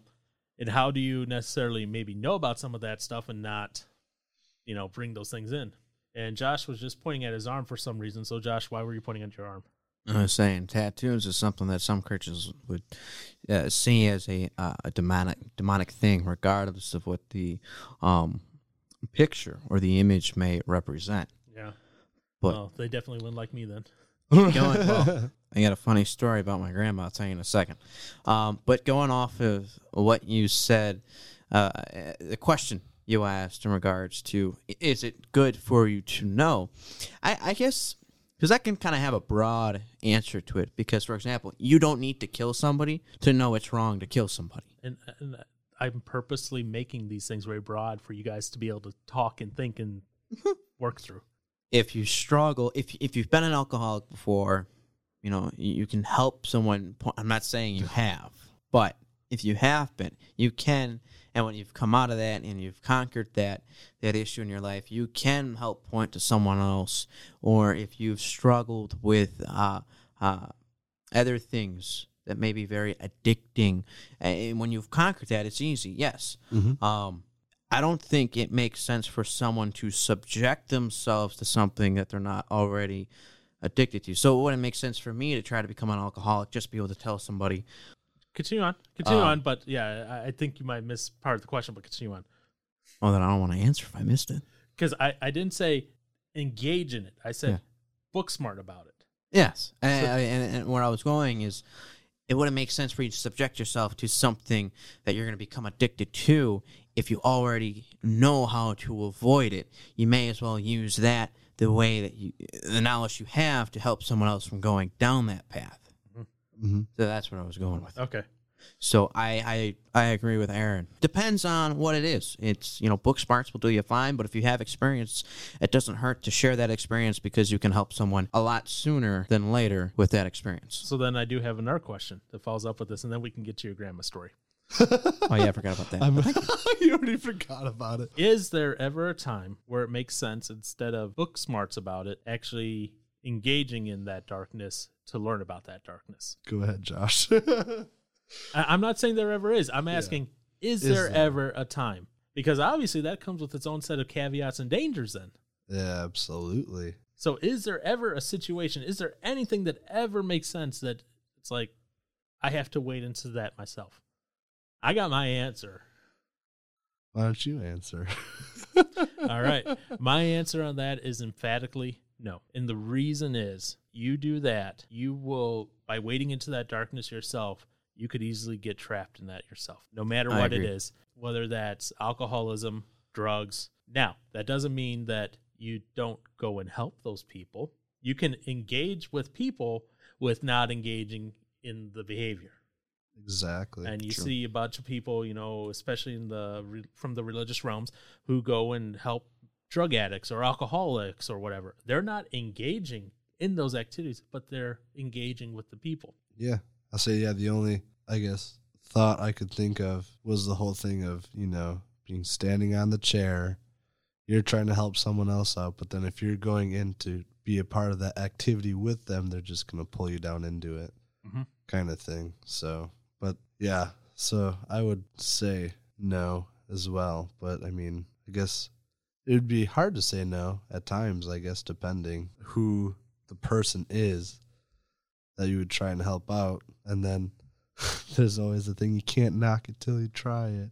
and how do you necessarily maybe know about some of that stuff and not, you know, bring those things in? And Josh was just pointing at his arm for some reason. So Josh, why were you pointing at your arm?
I was saying tattoos is something that some Christians would uh, see as a, uh, a demonic demonic thing, regardless of what the um, picture or the image may represent.
Yeah.
What?
Well, they definitely wouldn't like me then.
[LAUGHS] Going well, I got a funny story about my grandma. I'll tell you in a second. Um, but going off of what you said, uh, the question you asked in regards to i- is it good for you to know? I, I guess because I can kind of have a broad answer to it. Because, for example, you don't need to kill somebody to know it's wrong to kill somebody.
And, and I'm purposely making these things very broad for you guys to be able to talk and think and work through.
if you struggle, if if you've been an alcoholic before, you know you, you can help someone. po- I'm not saying you have, but if you have been, you can. And when you've come out of that and you've conquered that that issue in your life, you can help point to someone else. Or if you've struggled with uh, uh, other things that may be very addicting, and when you've conquered that, it's easy. Yes. Um, I don't think it makes sense for someone to subject themselves to something that they're not already addicted to. So it wouldn't make sense for me to try to become an alcoholic just to be able to tell somebody.
Continue on. Continue
Um,
on. But yeah, I, I think you might miss part of the question, but continue on.
Oh, then I don't want to answer if I missed it.
Because I, I didn't say engage in it. I said
Yeah.
book smart about it.
Yes, and, and, and where I was going is, it wouldn't make sense for you to subject yourself to something that you're going to become addicted to if you already know how to avoid it. You may as well use that the way that you, the knowledge you have to help someone else from going down that path.
Mhm.
So that's what I was going with.
Okay.
So I, I I agree with Aaron. Depends on what it is. It's you know book smarts will do you fine, but if you have experience, it doesn't hurt to share that experience because you can help someone a lot sooner than later with that experience.
So then I do have another question that follows up with this, and then we can get to your grandma story.
[LAUGHS] Oh yeah, I forgot about that.
I'm, Mm-hmm. [LAUGHS] you already forgot about it.
Is there ever a time where it makes sense instead of book smarts about it, actually engaging in that darkness to learn about that darkness?
Go ahead, Josh. [LAUGHS]
I- I'm not saying there ever is. I'm asking, is,
Is
there
there?
ever a time? Because obviously that comes with its own set of caveats and dangers then.
yeah, absolutely.
So is there ever a situation, is there anything that ever makes sense that it's like I have to wade into that myself? I got my answer.
Why don't you answer? [LAUGHS]
[LAUGHS] All right. My answer on that is emphatically no. And the reason is you do that, you will, by wading into that darkness yourself, you could easily get trapped in that yourself, no matter
I
what it
agree.
is, whether that's alcoholism, drugs. Now, that doesn't mean that you don't go and help those people. You can engage with people with not engaging in the behavior
Exactly.
and you
True.
see a bunch of people, you know, especially in the re- from the religious realms, who go and help drug addicts or alcoholics or whatever. They're not engaging in those activities, but they're engaging with the people.
Yeah. I say yeah, the only I guess thought I could think of was the whole thing of, you know, being standing on the chair. You're trying to help someone else out, but then if you're going in to be a part of that activity with them, they're just gonna pull you down into it.
Mhm.
Kind of thing. So but yeah. So I would say no as well. But I mean, I guess it would be hard to say no at times, I guess, depending who the person is that you would try and help out. And then [LAUGHS] there's always the thing you can't knock it till you try it.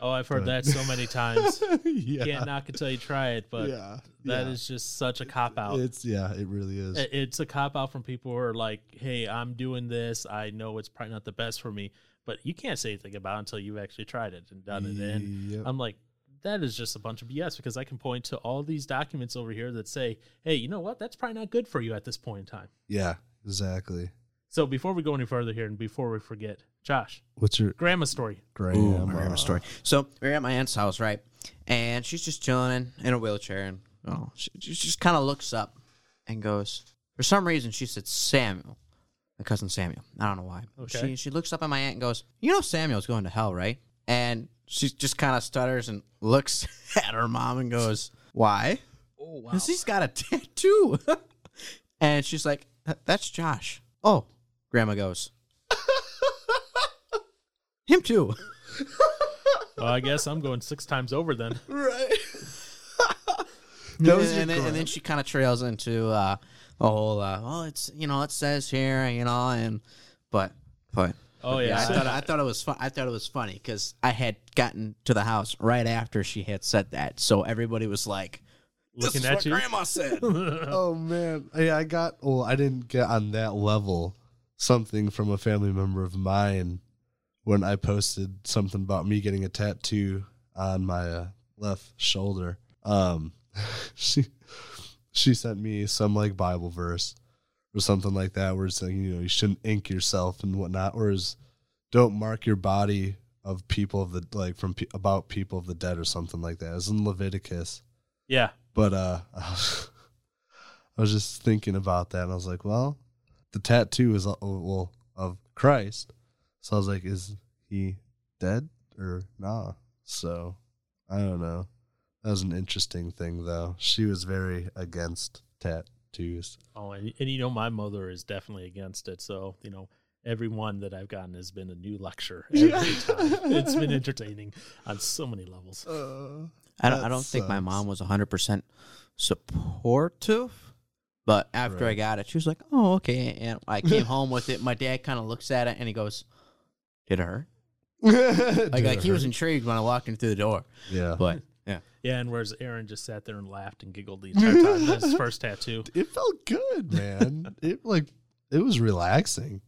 Oh, I've heard
Right.
that so many
[LAUGHS]
times.
yeah.
Can't knock until you try it, but that is
yeah. yeah.
just such a cop out.
It's yeah, it really is.
It- It's a cop out from people who are like, "Hey, I'm doing this. I know it's probably not the best for me, but you can't say anything about it until you've actually tried it and done it." Um, And
Yep.
I'm like, that is just a bunch of BS because I can point to all these documents over here that say, hey, you know what? That's probably not good for you at this point in time.
yeah, exactly.
So before we go any further here and before we forget, Josh,
What's your uh,
grandma story.
grandma?
Ooh, I remember a story. So we are at my aunt's house, right? And she's just chilling in a wheelchair, and oh, she, she just kind of looks up and goes. For some reason, she said Samuel, my cousin Samuel. I don't know why.
Okay.
She she looks up at my aunt and goes, "You know Samuel's going to hell, right?" And she just kind of stutters and looks [LAUGHS] at her mom and goes, "Why?"
Oh, wow.
Because he's got a [LAUGHS] tattoo. and she's like, "That- that's Josh. Oh, grandma goes, [LAUGHS] him too.
Well, I guess I'm going six times over then.
Right.
And,
that was your
and then, and then she kind of trails into uh, the whole, uh, well, it's, you know, it says here, you know, and, but, but.
Oh,
Yeah,
yeah.
I
so-
thought, I thought it was fun. I thought it was funny because I had gotten to the house right after she had said that, so everybody was like, "This
looking
is
at
what
you.
Grandma
[LAUGHS]
said."
oh man, yeah, I got. Well, I didn't get on that level something from a family member of mine when I posted something about me getting a tattoo on my uh, left shoulder. Um, [LAUGHS] she she sent me some like Bible verse or something like that, where it's like you know you shouldn't ink yourself and whatnot, or is don't mark your body of people of the like from pe- about people of the dead or something like that. It was in Leviticus
yeah.
but uh [LAUGHS] I was, I was just thinking about that and I was like, well, the tattoo is uh, well of Christ. So I was like, is he dead or nah? So I don't know. That was an interesting thing though. She was very against tattoos.
Oh, and, and you know, my mother is definitely against it. So, you know, every one that I've gotten has been a new
[LAUGHS]
lecture every time. It's been entertaining on so many levels.
Uh. I don't, I
That
don't think my
sucks.
mom was 100% supportive, but after I
Right.
got it, she was like, oh, okay. And I came home with it. My dad kind of looks at it and he goes, did it hurt? [LAUGHS] Like, like he was intrigued when I walked in through the door.
yeah.
But yeah.
Yeah, and whereas Aaron just sat there and laughed and giggled the entire time, that's his first tattoo.
It felt good, man. [LAUGHS] it like it was relaxing.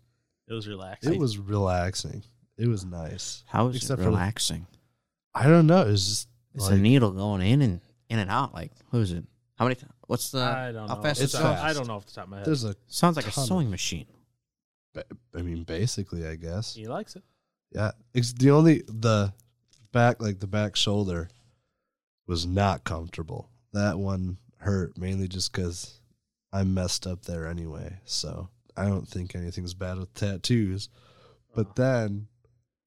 It was relaxing.
It was relaxing. It was nice.
How is
Except
it
for the-
relaxing?
I don't know. It was just
It's
like-
a needle going in and in and out. Like, who is it? How many times? What's the?
I don't know.
how fast
It's
it
is
not-
fast?
Uh, I don't know off the top of my head.
There's a,
sounds like a
Ton of-
sewing machine.
ba- I mean, basically, I guess.
he likes it.
Yeah, it's the only the back like the back shoulder was not comfortable. That one hurt mainly just because I messed up there anyway. So I don't think anything's bad with tattoos. But then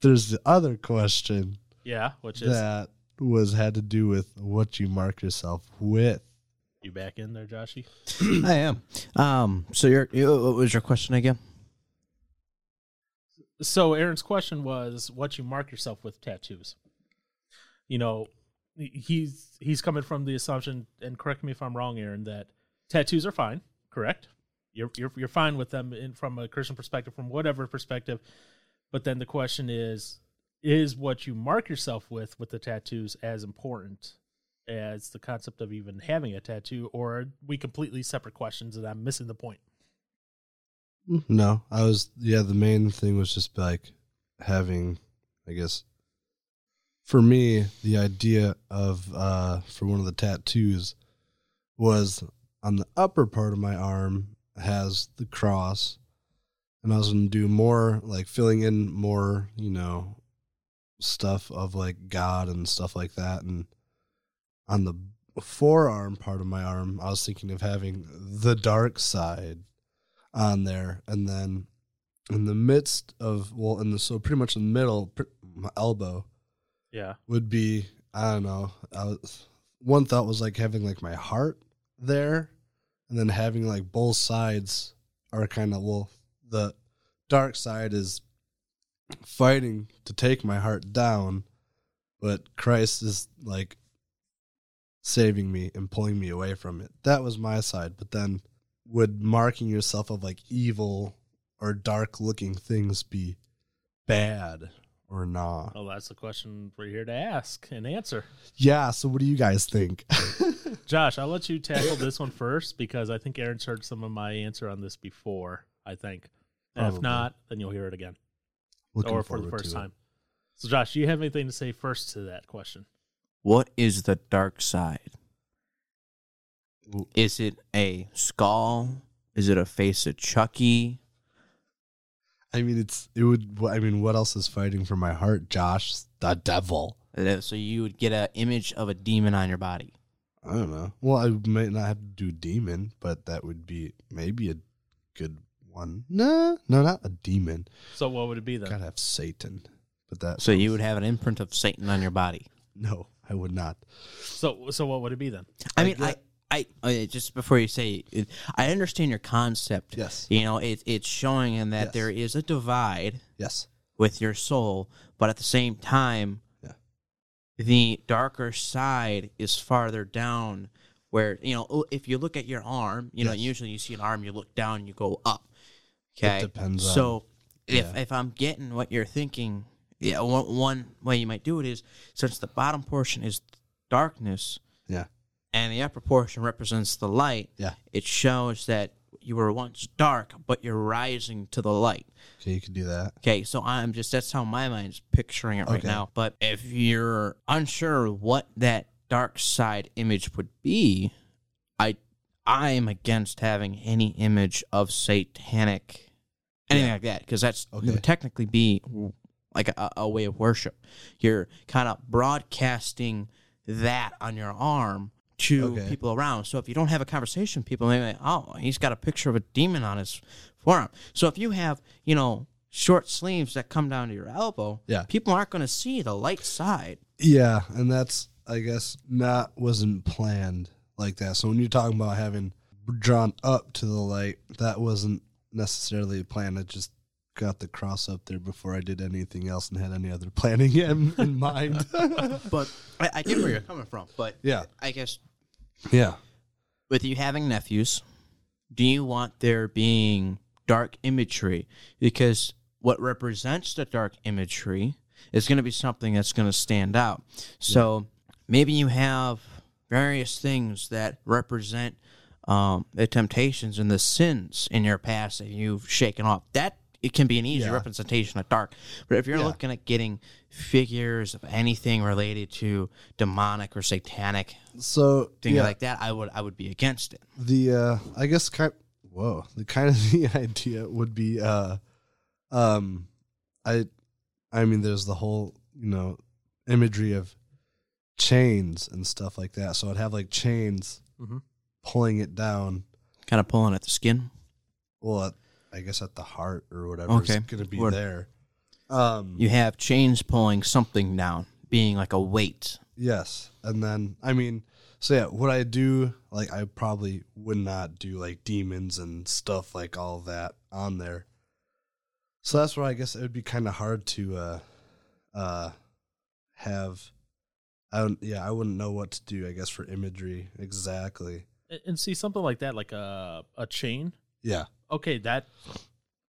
there's the other question
Yeah, which is
that was had to do with what you mark yourself with.
you back in there, Joshy.
[CLEARS THROAT] I am. Um. So your you- what was your question again?
So Aaron's question was what you mark yourself with tattoos. You know, he- he's he's coming from the assumption, and correct me if I'm wrong, Aaron, that tattoos are fine. Correct? You're you're you're fine with them in, from a Christian perspective, from whatever perspective. But then the question is, is what you mark yourself with with the tattoos as important as the concept of even having a tattoo, or are we completely separate questions and I'm missing the point?
No, I was yeah. The main thing was just like having, I guess, for me the idea of uh for one of the tattoos was on the upper part of my arm has the cross, and I was gonna do more like filling in more you know stuff of like God and stuff like that, and on the forearm part of my arm, I was thinking of having the dark side on there, and then in the midst of well, in the so pretty much in the middle, pr- my elbow
Yeah.
would be I don't know. I was, one thought was like having like my heart there, and then having like both sides are kind of well, the dark side is fighting to take my heart down, but Christ is like saving me and pulling me away from it. That was my side, but then would marking yourself of like evil or dark looking things be bad or not?
Oh, that's the question we're here to ask and answer.
Yeah. So, what do you guys think? [LAUGHS]
Josh, I'll let you tackle this one first because I think Aaron's heard some of my answer on this before, I think. And if
Probably.
not, then you'll hear it again
Looking
or for the
forward
first
to it.
time. So, Josh, do you have anything to say first to that question?
What is the dark side?
Ooh.
Is it a skull? Is it a face of Chucky?
I mean, it's it would. I mean, what else is fighting for my heart, Josh? The devil.
Uh, So you would get an image of a demon on your body.
I don't know. Well, I might not have to do demon, but that would be maybe a good one. No, no, not a demon.
So, what would it be then?
Gotta have Satan. But that.
So you would have an imprint of Satan on your body.
No, I would not.
So, so what would it be then?
I mean, I, I, uh, just before you say, it, I understand your concept.
Yes.
You know, it, it's showing in that
Yes.
there is a divide
Yes.
with your soul, but at the same time,
Yeah.
the darker side is farther down. Where you know, if you look at your arm, you know,
Yes.
usually you see an arm, you look down, you go up.
It
Okay,
depends on-
So if
yeah.
if I'm getting what you're thinking, yeah, one, one way you might do it is since the bottom portion is darkness
Yeah.
and the upper portion represents the light.
Yeah.
It shows that you were once dark, but you're rising to the light.
Okay, you could do that.
Okay, so I'm just that's how my mind's picturing it right
Okay.
now. But if you're unsure what that dark side image would be, I I'm against having any image of satanic anything like that because that's it
Okay.
would technically be like a, a way of worship. You're kind of broadcasting that on your arm to
Okay.
people around. So if you don't have a conversation, people may be like, oh, he's got a picture of a demon on his forearm. So if you have, you know, short sleeves that come down to your elbow,
Yeah.
people aren't going to see the light side.
Yeah, and that's I guess not wasn't planned like that. So when you're talking about having drawn up to the light, that wasn't necessarily planned. I just got the cross up there before I did anything else and had any other [LAUGHS] planning in, in mind. [LAUGHS]
But I, I get where you're coming from. But
yeah,
I guess
yeah.
with you having nephews, do you want there being dark imagery? Because what represents the dark imagery is going to be something that's going to stand out. So maybe you have various things that represent um, the temptations and the sins in your past that you've shaken off. That it can be an easy
Yeah.
representation of dark. But if you're
Yeah.
looking at getting figures of anything related to demonic or satanic
So
thing
yeah,
like that, I would I would be against it.
the uh I guess kind whoa the kind of [LAUGHS] the idea would be uh um I I mean there's the whole you know imagery of chains and stuff like that. So I'd have like chains
Mm-hmm.
Mhm.
pulling it down.
Kind of pulling at the skin.
Well, at, I guess at the heart or whatever
Okay.
is going to be
Word.
there. Um
You have chains pulling something down, being like a weight.
Yes. And then, I mean, so yeah, what I do, like, I probably would not do like demons and stuff like all that on there. So that's where I guess it would be kind of hard to, uh, uh, have. I don't, yeah, I wouldn't know what to do, I guess, for imagery exactly.
And- And see something like that, like a a chain.
Yeah.
Okay, that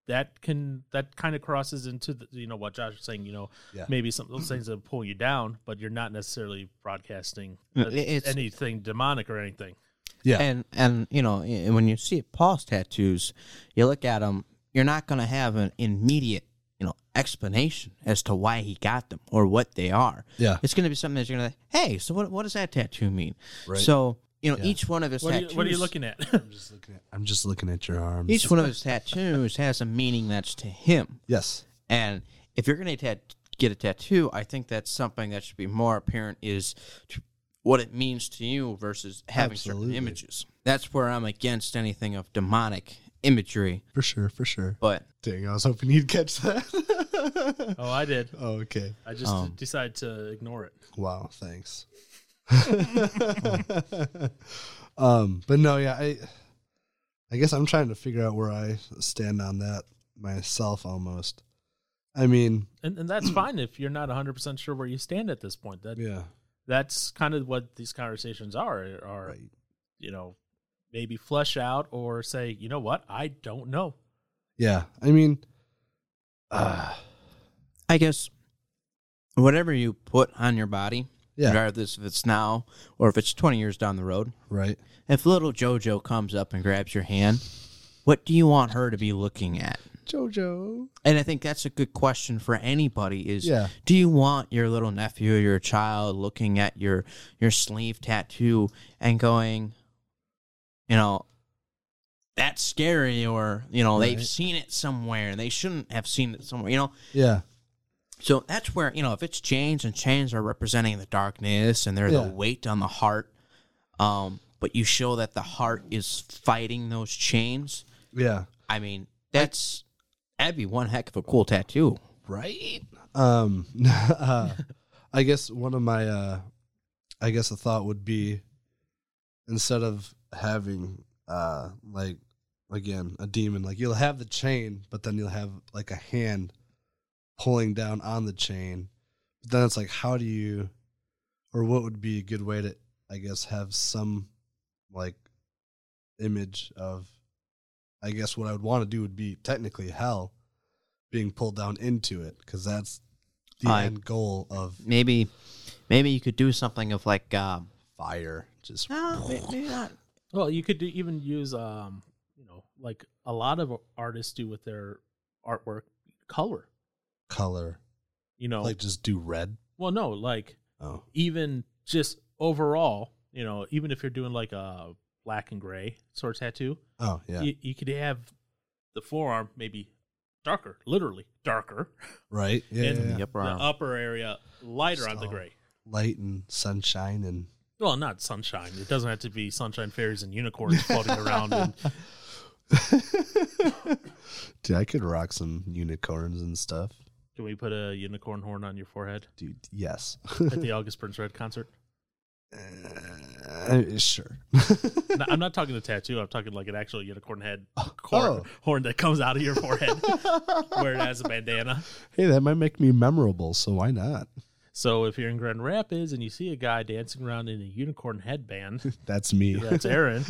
that can that kind of crosses into the, you know what Josh was saying. You know,
Yeah.
maybe some those things that pull you down, but you're not necessarily broadcasting
It-
uh,
it's-
anything demonic or anything.
Yeah.
And and you know and when you see Paul's tattoos, you look at them. You're not going to have an immediate you know explanation as to why he got them or what they are.
Yeah.
It's going to be something that you're going to hey. So what what does that tattoo mean?
Right.
So you know
Yeah.
each one of his
What are, you,
tattoos.
what are you looking at? [LAUGHS]
I'm just looking at, I'm just looking at your arms.
Each one of his tattoos has a meaning that's to him.
yes.
And if you're going to tat- get a tattoo, I think that's something that should be more apparent is to what it means to you versus having
Absolutely.
certain images. That's where I'm against anything of demonic imagery.
For sure. For sure.
But
Dang, I was hoping you'd catch that. [LAUGHS]
oh, I did.
oh, okay.
I just
Um,
decided to ignore it.
Wow, thanks. [LAUGHS] um, but no, yeah, I I guess I'm trying to figure out where I stand on that myself almost. I mean,
And, and that's [CLEARS THROAT] fine if you're not 100% sure where you stand at this point. That
yeah.
that's kind of what these conversations are are
Right.
you know maybe flesh out or say you know what i don't know
Yeah. I mean uh,
I guess whatever you put on your body,
Yeah.
regardless if it's now or if it's 20 years down the road,
right.
if little JoJo comes up and grabs your hand, what do you want her to be looking at?
Jojo.
And I think that's a good question for anybody is
Yeah.
do you want your little nephew or your child looking at your your sleeve tattoo and going you know that's scary or you know
Right.
they've seen it somewhere and they shouldn't have seen it somewhere you know
Yeah.
so that's where you know if it's chains and chains are representing the darkness and they're
Yeah.
the weight on the heart um but you show that the heart is fighting those chains
Yeah.
I mean that's that'd be one heck of a cool tattoo
right um [LAUGHS] uh, i guess one of my uh i guess a thought would be instead of having uh like again a demon like you'll have the chain but then you'll have like a hand pulling down on the chain but then it's like how do you or what would be a good way to i guess have some like image of i guess what i would want to do would be technically hell being pulled down into it because that's the
I-
end goal of
maybe maybe you could do something of like um
fire just
Ah.
well you could do, even use um you know like a lot of artists do with their artwork color
color
you know
like just do red
well no like
oh
even just overall you know even if you're doing like a black and gray sort of tattoo
oh yeah
you, you could have the forearm maybe darker literally darker
right yeah,
And-
yeah, yeah.
the upper
the
arm.
upper area lighter on the
Stop.
gray
light and
[LAUGHS]
sunshine and
Well, not sunshine. It doesn't have to be sunshine fairies and unicorns
[LAUGHS]
floating around. And,
dude i could rock some unicorns and stuff
can we put a unicorn horn on your forehead
dude
[LAUGHS]
yes
at the August Prince Red concert?
Uh, sure
No, I'm not talking the tattoo. I'm talking like an actual unicorn head corn,
oh.
horn that comes out of your forehead where it has a bandana.
hey that might make me memorable so why not
So if you're in Grand Rapids and you see a guy dancing around in a unicorn headband,
that's me [LAUGHS]
that's Aaron,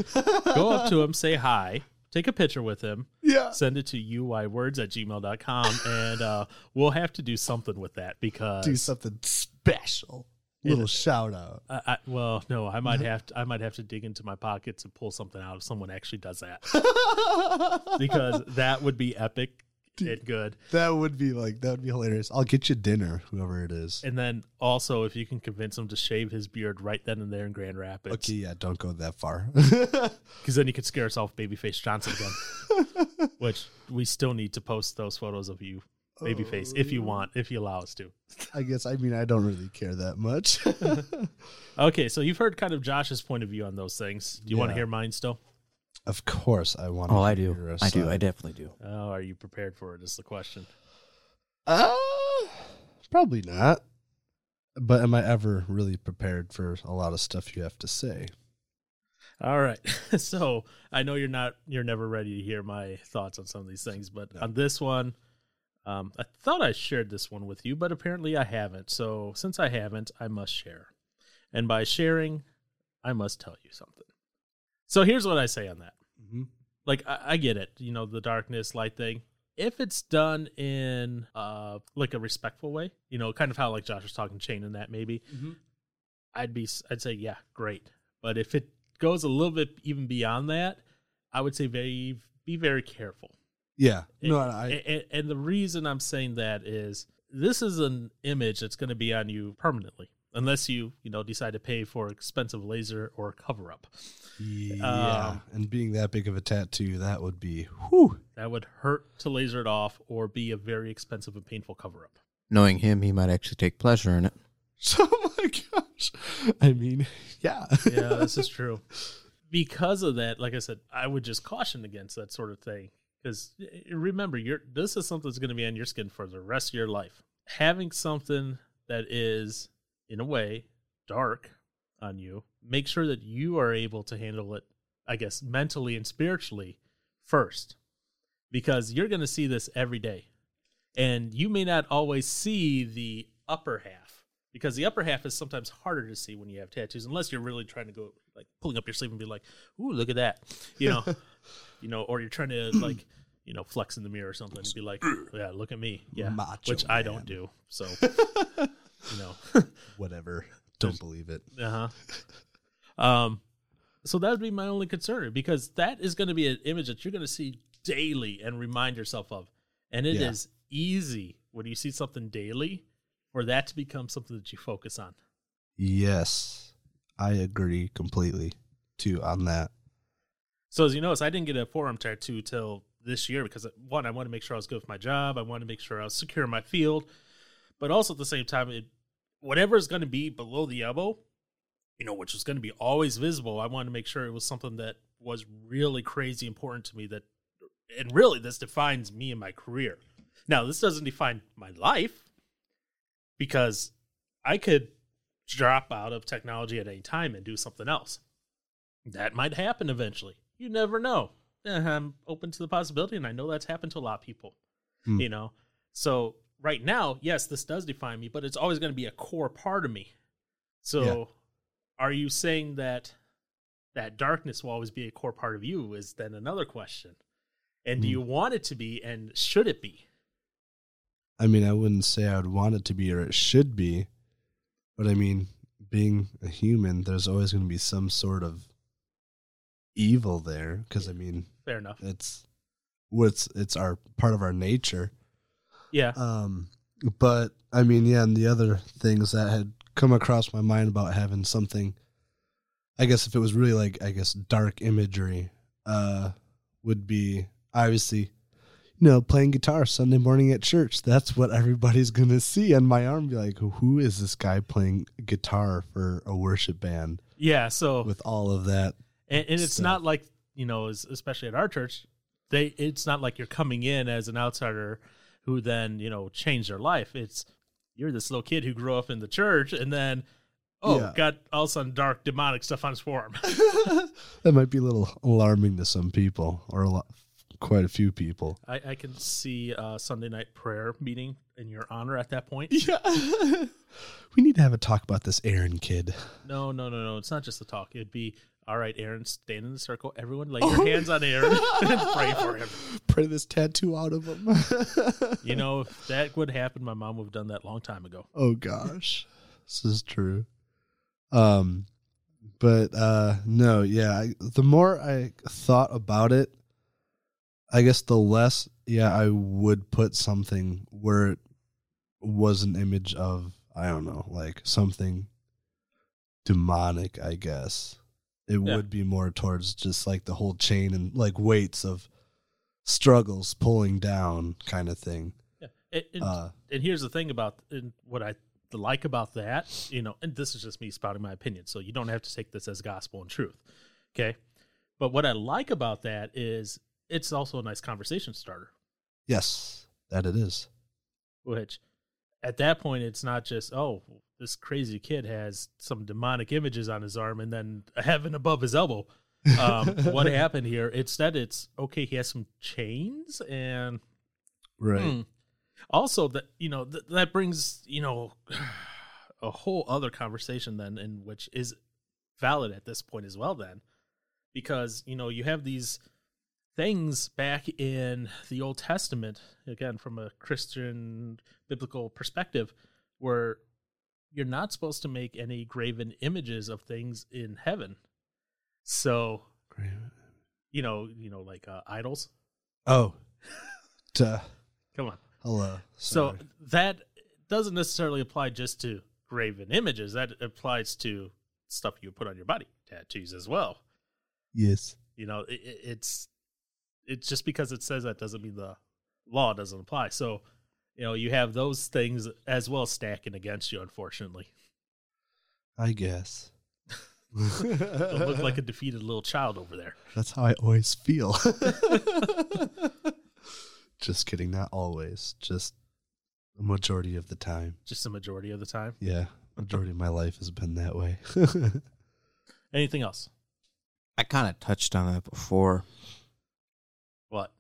go up to him, say hi, take a picture with him,
yeah
send it to uywords at gmail.com, and uh, we'll have to do something with that because.
do something special little shout out
I, I, well, no, I might have to. I might have to dig into my
[LAUGHS]
pockets and pull something out if someone actually does that, because that would be epic did good.
That would be like that would be hilarious. I'll get you dinner, whoever it is.
And then also, if you can convince him to shave his beard right then and there in Grand Rapids,
Okay, yeah, don't go that far.
because then you could scare us off Babyface Johnson
[LAUGHS]
again. Which we still need to post those photos of you, Babyface, if
Oh.
you want, if you allow us to.
I guess I mean I don't really care that
[LAUGHS]
much.
Okay, so you've heard kind of Josh's point of view on those things. Do you want to
Yeah.
hear mine still?
of course, I want.
Oh, I do. I do. I definitely do.
Oh, are you prepared for it? Is the question.
Uh, probably not. But am I ever really prepared for a lot of stuff you have to say?
All right. [LAUGHS] so I know you're not, you're never ready to hear my thoughts on some of these things, but on this one, um, I thought I shared this one with you, but apparently I haven't. So since I haven't, I must share. And by sharing, I must tell you something. So here's what I say on that.
Mhm.
Like, I, I get it, you know, the darkness, light thing. If it's done in uh like a respectful way, you know, kind of how like Josh was talking chain and that maybe, I'd be I'd say yeah, great. But if it goes a little bit even beyond that, I would say very be very careful.
Yeah. no,
And-
I.
and, and the reason I'm saying that is this is an image that's going to be on you permanently, unless you you know decide to pay for expensive laser or cover up.
yeah.
um,
and being that big of a tattoo, that would be. Whew. [LAUGHS]
That would hurt to laser it off or be a very expensive and painful cover up.
Knowing him, he might actually take pleasure in it.
Oh my gosh. I mean, [LAUGHS] yeah.
yeah, this is true. Because of that, like I said, I would just caution against that sort of thing. Because remember, you're, this is something that's going to be on your skin for the rest of your life. Having something that is, in a way, dark on you, make sure that you are able to handle it, I guess, mentally and spiritually first. Because you're going to see this every day. And you may not always see the upper half because the upper half is sometimes harder to see when you have tattoos, unless you're really trying to go like pulling up your sleeve and be like, "Ooh, look at that," you
[LAUGHS]
know, you know, or you're trying to
[CLEARS THROAT]
like, you know, flex in the mirror or something and be like, "Yeah, look at me," yeah,
Macho
which I
man.
don't do.
[LAUGHS]
So, you know,
Whatever. Don't believe it.
uh huh. [LAUGHS] Um, so that would be my only concern because that is going to be an image that you're going to see daily and remind yourself of, and it is
Yeah.
easy when you see something daily for that to become something that you focus on.
Yes. I agree completely too on that.
So as you notice, I didn't get a forearm tattoo till this year because one, I wanted to make sure I was good with my job. I wanted to make sure I was secure in my field, but also at the same time, it, whatever is going to be below the elbow, you know, which is going to be always visible, I wanted to make sure it was something that was really crazy important to me. That and really, this defines me and my career. Now, this doesn't define my life because I could drop out of technology at any time and do something else that might happen eventually. You never know. Eh, I'm open to the possibility, and I know that's happened to a lot of people.
Hmm.
You know, so right now, yes, this does define me, but it's always going to be a core part of me. So,
Yeah.
are you saying that that darkness will always be a core part of you? Is then another question. And do
Hmm.
you want it to be, and should it be?
I mean, I wouldn't say I would want it to be or it should be, but I mean, being a human, there's always going to be some sort of evil there because I mean,
Fair enough.
it's what's it's our part of our nature.
Yeah.
Um, but I mean, yeah, and the other things that had come across my mind about having something, I guess if it was really like, I guess, dark imagery, uh, would be obviously, you know, playing guitar Sunday morning at church. That's what everybody's [LAUGHS] gonna see on my arm. Be like, who is this guy playing guitar for a worship band
Yeah. So,
with all of that?
and, and it's
stuff.
not like you know es- especially at our church they it's not like you're coming in as an outsider who then you know changed their life it's you're this little kid who grew up in the church and then oh
Yeah.
got all of a sudden dark demonic stuff on his forearm [LAUGHS]
That might be a little alarming to some people, or a lot, quite a few people.
I, I can see uh sunday night prayer meeting in your honor at that point
Yeah. we need to have a talk about this Aaron kid.
no no no no it's not just a talk it'd be all right aaron stand in the circle everyone
[LAUGHS]
lay your hands on aaron and pray for him
Pray this tattoo out of him.
[LAUGHS]
[LAUGHS]
you know if that would happen my mom would have done that long time ago
oh gosh. This is true. Um but uh no, yeah, I, the more I thought about it, I guess the less, yeah, I would put something where it was an image of, I don't know, like something demonic, I guess. It
Yeah.
would be more towards just like the whole chain and like weights of struggles pulling down kind of thing.
Yeah. It, it-
Uh,
and here's the thing about and what I like about that, you know, and this is just me spouting my opinion, so you don't have to take this as gospel and truth. Okay. But what I like about that is it's also a nice conversation starter,
yes, that it is.
which at that point it's not just, oh, this crazy kid has some demonic images on his arm and then a heaven above his elbow.
[LAUGHS]
Um, what happened here? Instead, it's okay, he has some chains and
Right.
Hmm. Also, that you know th- that brings you know [SIGHS] a whole other conversation then, in which is valid at this point as well. Then, because you know you have these things back in the Old Testament again from a Christian biblical perspective, where you're not supposed to make any graven images of things in heaven. So
Great.
you know, you know, like uh, idols.
Oh, [LAUGHS] Duh.
Come on.
hello.
So
Sorry.
that doesn't necessarily apply just to graven images. That applies to stuff you put on your body, tattoos as well.
yes.
You know, it, it- it's it's just because it says that doesn't mean the law doesn't apply. So, you know, you have those things as well stacking against you. Unfortunately,
I guess.
you look
[LAUGHS]
like a defeated little child over there.
That's how I always feel. [LAUGHS] Just kidding, not always. Just a majority of the time.
Just the majority of the time.
Yeah, majority of my life has been that way. [LAUGHS]
Anything else?
I kind of touched on that before.
What?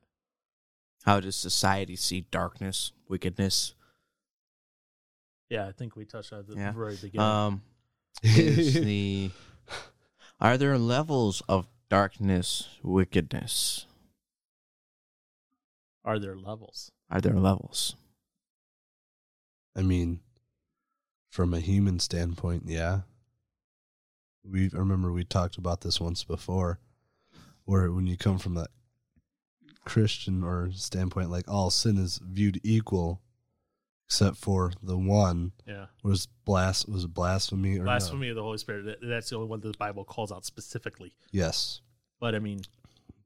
How does society see darkness, wickedness?
Yeah, I think we touched on it at the
Yeah.
very beginning.
[LAUGHS]
Um, is the are there levels of darkness, wickedness?
Are there levels?
Are there levels?
I mean, from a human standpoint, yeah. We I remember we talked about this once before, where when you come from that Christian or standpoint, like all sin is viewed equal, except for the one
Yeah.
was blas was it blasphemy or no?
Blasphemy of the Holy Spirit. That- That's the only one that the Bible calls out specifically.
Yes,
But I mean,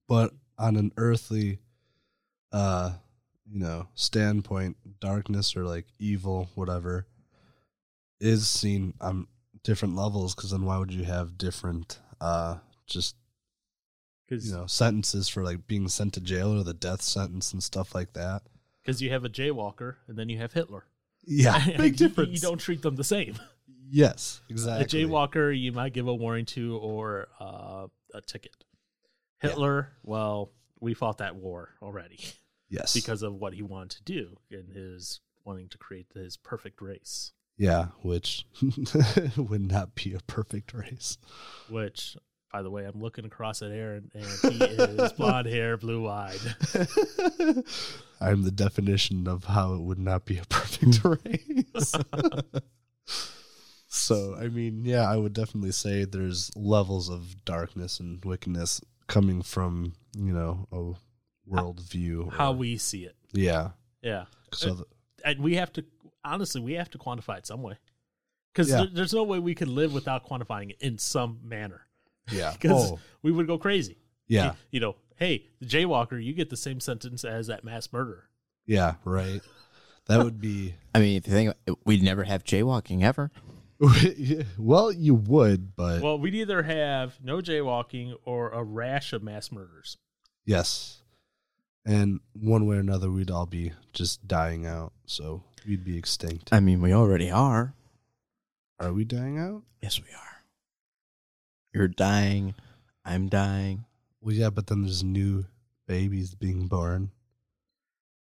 but on an earthly uh you know standpoint darkness or like evil whatever is seen on different levels because then why would you have different uh just
because
you know sentences for like being sent to jail or the death sentence and stuff like that
you have a jaywalker and then you have Hitler.
yeah
And
[LAUGHS]
[LAUGHS]
big
you-
difference
You don't treat them the same.
yes exactly
A jaywalker, you might give a warning to or uh, a ticket.
Yeah.
Hitler, well, we fought that war already [LAUGHS]
yes
because of what he wanted to do and his wanting to create his perfect race,
yeah which [LAUGHS] would not be a perfect race
which. By the way, I'm looking across at Aaron, and he
[LAUGHS]
is blonde hair, blue eyed.
[LAUGHS] I'm the definition of how it would not be a perfect
Hmm.
race. [LAUGHS] so, I mean, yeah, I would definitely say there's levels of darkness and wickedness coming from, you know, a worldview. or-
How we Uh, see it,
Yeah.
yeah.
So, the,
and we have to honestly we have to quantify it some way because
Yeah.
there, there's no way we could live without quantifying it in some manner [LAUGHS]
yeah.
because
Oh,
we would go crazy
yeah.
you, you know hey the jaywalker you get the same sentence as that mass murderer
Yeah. Right. That would be. [LAUGHS]
I mean, if you think we'd never have jaywalking ever.
well, you would, but
well we'd either have no jaywalking or a rash of mass murders
yes. And one way or another, we'd all be just dying out. So we'd be extinct.
I mean, we already are.
Are we dying out?
Yes, we are. You're dying. I'm dying.
Well, yeah, but then there's new babies being born.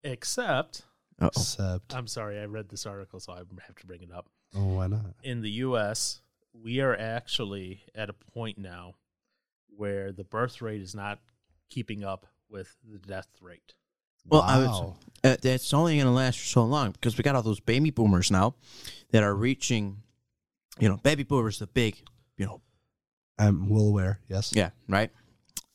except
Uh oh.
Except,
i'm sorry i read this article so i have to bring it up
oh, why not?
in the us we are actually at a point now where the birth rate is not keeping up with the death rate
Well, I was- Uh, that's only going to last for so long because we got all those baby boomers now that are reaching. You know, baby boomers the big. You know,
I'm well aware. Yes.
yeah, right.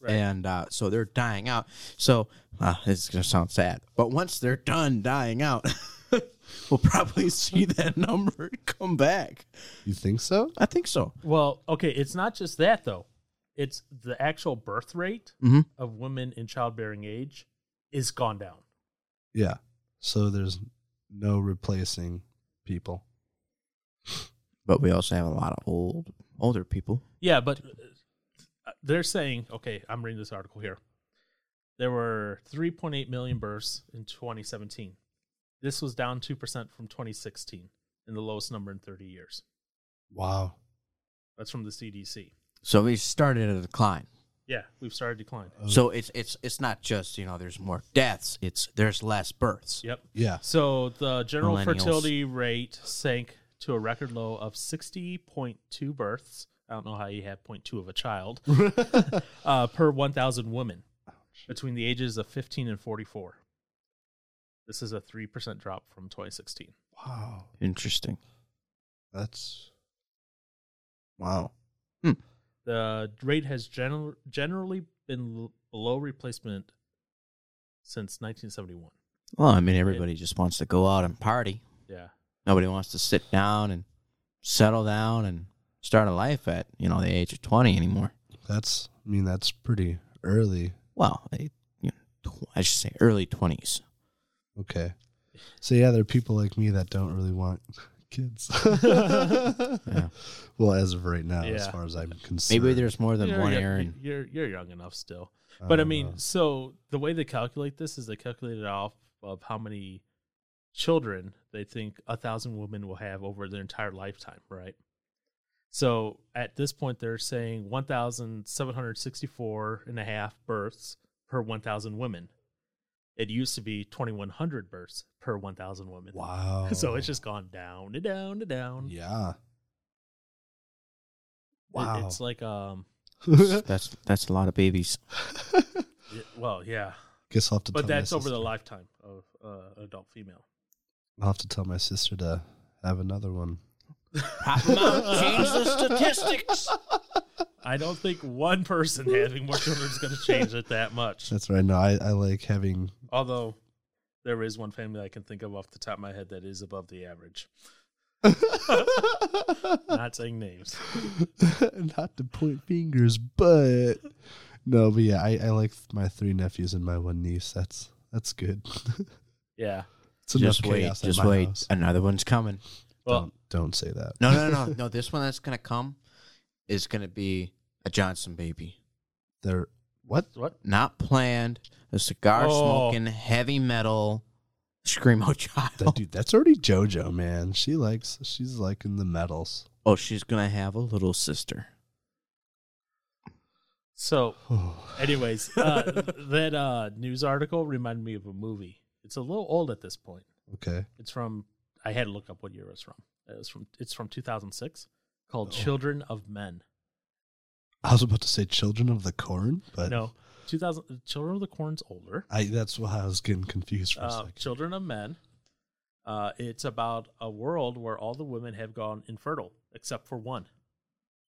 and uh, so they're dying out. So uh, this is gonna sound sad, but once they're done dying out, [LAUGHS] we'll probably [LAUGHS] see that number [LAUGHS] come back.
You think so?
I think so.
Well, okay, it's not just that though. It's the actual birth rate
Mhm.
of women in childbearing age is gone down.
Yeah. So there's no replacing people.
But we also have a lot of old older people.
Yeah, but uh, they're saying, okay, I'm reading this article here. There were 3.8 million births in 2017. This was down 2% from 2016 and the lowest number in 30 years.
Wow.
That's from the CDC.
So we started a decline.
Yeah, we've started decline.
So it's it's it's not just you know there's more deaths. It's there's less births.
Yep.
Yeah.
So the general
Millennials.
fertility rate sank to a record low of 60.2 births. I don't know how you have 0.2 of a
[LAUGHS]
child uh, per 1,000 women between the ages of 15 and 44. This is a 3% drop from 2016.
Wow.
Interesting.
That's wow.
The rate has gen- generally been l- below replacement since 1971.
Well, I mean everybody just wants to go out and party.
Yeah.
Nobody wants to sit down and settle down and start a life at you know the age of twenty anymore.
That's I mean that's pretty early.
Well, I, you know, tw- I should say early twenties.
Okay. So yeah, there are people like me that don't really want [LAUGHS] kids. [LAUGHS] Well, as of right now, as
Yeah.
far as I'm concerned.
Maybe there's more than
You're-
one
you're-
Aaron. [LAUGHS]
You're, you're young enough still. But I
don't
mean,
know.
so the way they calculate this is they calculate it off of how many children they think a thousand women will have over their entire lifetime, right? So at this point, they're saying 1,764 and a half births per 1,000 women. It used to be 2,100 births per 1,000 women.
wow.
[LAUGHS] So it's just gone down and down and down. It-
yeah. [LAUGHS] Wow.
It's like, um,
that's that's a lot of babies.
y- well, yeah.
Guess I'll have to.
But
tell my
that's over the
sister-
lifetime of uh, adult female.
I'll have to tell my sister to have another one.
Pop 'em out, change
[LAUGHS]
the statistics.
I don't think one person having more children is going to change it that much.
That's right. No, I, I
[LAUGHS]
like having. [LAUGHS]
Although there is one family I can think of off the top of my head that is above the average. Not saying names.
Not to point fingers, but no, but yeah, I, I like my three nephews and my one niece. That's that's good. [LAUGHS]
Yeah.
It's enough
Just wait,
chaos at
just
my
wait.
house.
Another one's coming.
Well,
don't, don't say that.
No, no, no, no. This one that's gonna come is gonna be a Johnson baby,
They're what?
what?
not planned. A cigar
Oh.
smoking, heavy metal, screamo [LAUGHS] child.
That dude, that's already JoJo, man. She likes. She's liking the medals.
Oh, she's gonna have a little sister.
So,
Oh,
anyways, uh, that uh, news article reminded me of a movie. It's a little old at this point.
[SIGHS] okay.
It's from, I had to look up what year it was from. It was from, it's from 2006 called
Oh.
Children of Men.
I was about to say Children of the Corn, but
no, 2000, Children of the Corn's older.
I that's why I was getting confused for a
uh,
second.
Children of Men. Uh, it's about a world where all the women have gone infertile except for one.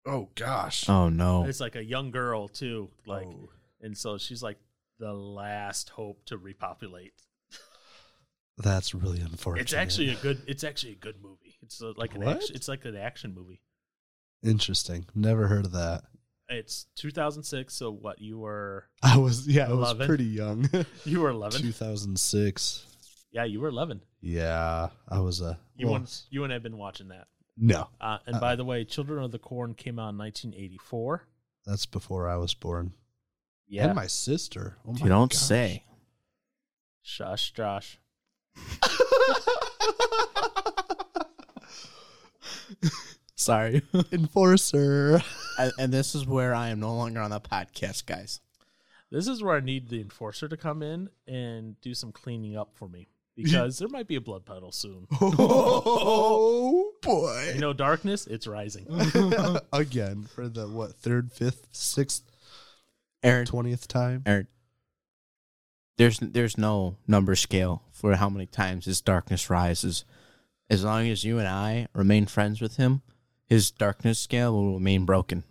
oh gosh.
Oh no.
It's like a young girl too, like,
Oh.
and so she's like the last hope to repopulate.
That's really unfortunate.
It's actually a good. It's actually a good movie. It's uh like an
What?
action, it's like an action movie.
interesting. Never heard of that.
It's 2006. So what? You were
I was yeah, I was
Eleven.
pretty young. [LAUGHS]
you were 11.
2006.
Yeah, you were 11.
Yeah, I was a
You
well,
wouldn't. You wouldn't have been watching that.
No,
Uh, and
Uh-uh.
by the way, Children of the Corn came out in 1984.
that's before I was born.
Yeah.
And my sister. Oh my
You don't
gosh.
say.
Shush, Josh.
Sorry.
Enforcer.
[LAUGHS]
[LAUGHS]
and, and this is where I am no longer on the podcast, guys.
This is where I need the enforcer to come in and do some cleaning up for me because there might be a blood puddle
[LAUGHS]
soon.
Oh
You
boy.
know, darkness, it's rising.
[LAUGHS]
[LAUGHS]
Again for the what third, fifth, sixth,
Aaron,
twentieth time.
Aaron, there's there's no number scale for how many times his darkness rises. As long as you and I remain friends with him, his darkness scale will remain broken.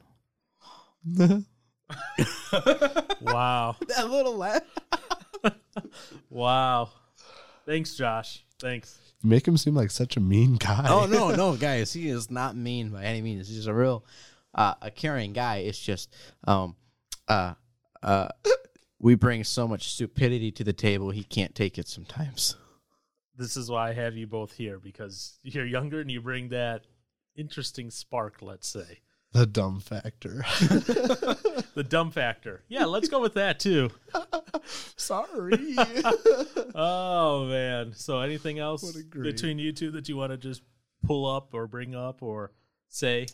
Wow.
[LAUGHS] That little laugh.
Wow. Thanks, Josh. Thanks.
You make him seem like such a mean guy.
Oh no, no, guys, he is not mean by any means. He's a real, uh, a caring guy. It's just, um, uh, uh, we bring so much stupidity to the table. He can't take it sometimes.
This is why I have you both here because you're younger and you bring that interesting spark, let's say.
[LAUGHS] The dumb factor. [LAUGHS]
The dumb factor. Yeah, let's go with that too.
Sorry.
[LAUGHS]
[LAUGHS]
Oh man. So anything else
What a great-
between you two that you want to just pull up or bring up or say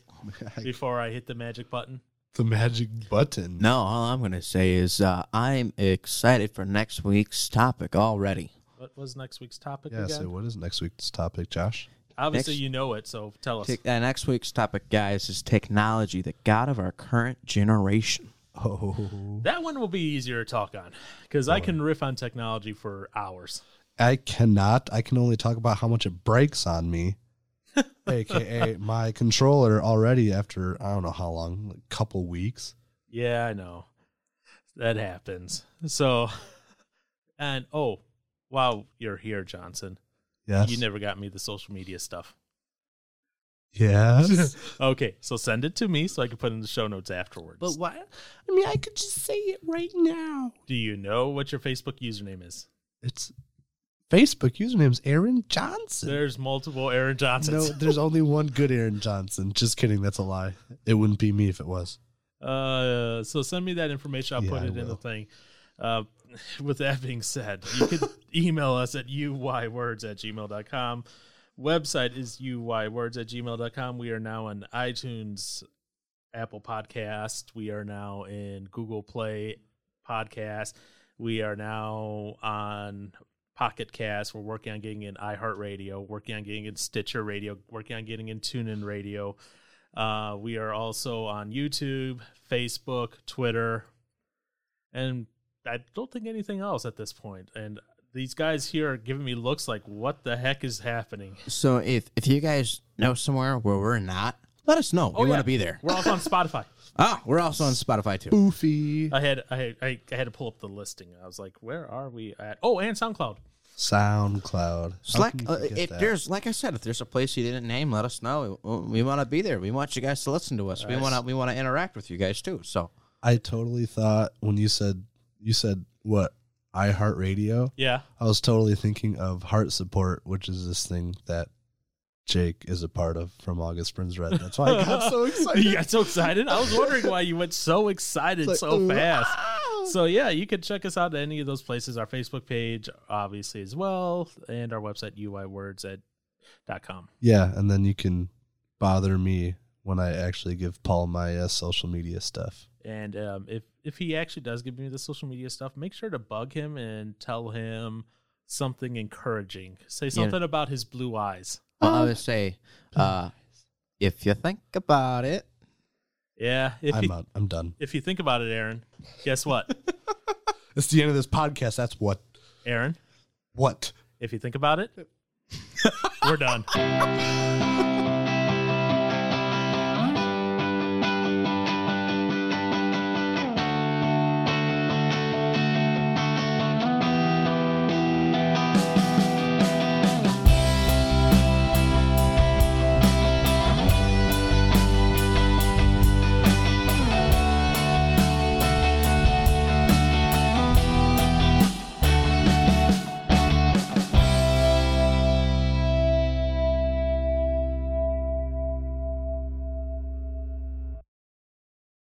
before I hit the magic button?
the magic button.
No, all I'm gonna say is uh, I'm excited for next week's topic already.
What was next week's topic
Yeah,
again?
so what is next week's topic, Josh?
Obviously
Next-
you know it, so tell us.
Tech- uh, next week's topic, guys, is technology, the god of our current generation.
Oh.
That one will be easier to talk on because I can riff on technology for hours.
I cannot. I can only talk about how much it breaks on me. AKA my controller already after I don't know how long, like couple weeks.
Yeah, I know. That happens. So, and oh, wow, you're here, Johnson.
Yes.
You never got me the social media stuff.
[LAUGHS] yes.
Okay, so send it to me so I can put it in the show notes afterwards.
but why? I mean, I could just say it right now.
Do you know what your Facebook username is?
It's Facebook username's Aaron Johnson.
There's multiple Aaron
no,
Johnsons.
there's only one good Aaron Johnson. Just kidding. That's a lie. It wouldn't be me if it was.
Uh, so send me that information. I'll
Yeah,
put
I
it in the
will.
thing. Uh, [LAUGHS] with that being said, you
[LAUGHS]
can email us at uywords at gmail.com. Website is uywords at gmail.com. We are now on iTunes, Apple Podcast. We are now in Google Play Podcast. We are now on Pocket Cast. We're working on getting in iHeartRadio, working on getting in Stitcher Radio, working on getting in TuneIn Radio. Uh, we are also on YouTube, Facebook, Twitter, and I don't think anything else at this point. And these guys here are giving me looks like, what the heck is happening?
So if if you guys know somewhere where we're not, let us know. we
yeah.
want to be there.
We're
[LAUGHS]
also on Spotify.
Ah, we're also on Spotify too.
Boofy.
I had I, I I had to pull up the listing. I was like, where are we at? Oh, and SoundCloud.
SoundCloud.
It's
How
like
can you
uh,
forget
if
that?
there's like I said, if there's a place you didn't name, let us know. We, want to be there. We want you guys to listen to us. We want to we want to interact with you guys too. So
I totally thought when you said you said what iHeartRadio,
Yeah.
I was totally thinking of Heart Support, which is this thing that Jake is a part of from August Springs Red. That's why I got [LAUGHS] so
[LAUGHS]
excited.
you got so excited. I was wondering why you went so excited
It's like,
so
"Ooh,
fast. So yeah, you can check us out at any of those places. Our Facebook page, obviously, as well, and our website uywords at dot com.
Yeah, and then you can bother me when I actually give Paul my uh, social media stuff.
And um, if if he actually does give me the social media stuff, make sure to bug him and tell him something encouraging. Say something about his blue eyes.
well, I would say, uh, if you think about it,
Yeah, if
I'm
you,
out. I'm done.
if you think about it, Aaron, guess what,
It's the end of this podcast. That's what.
Aaron,
What?
if you think about it, we're done.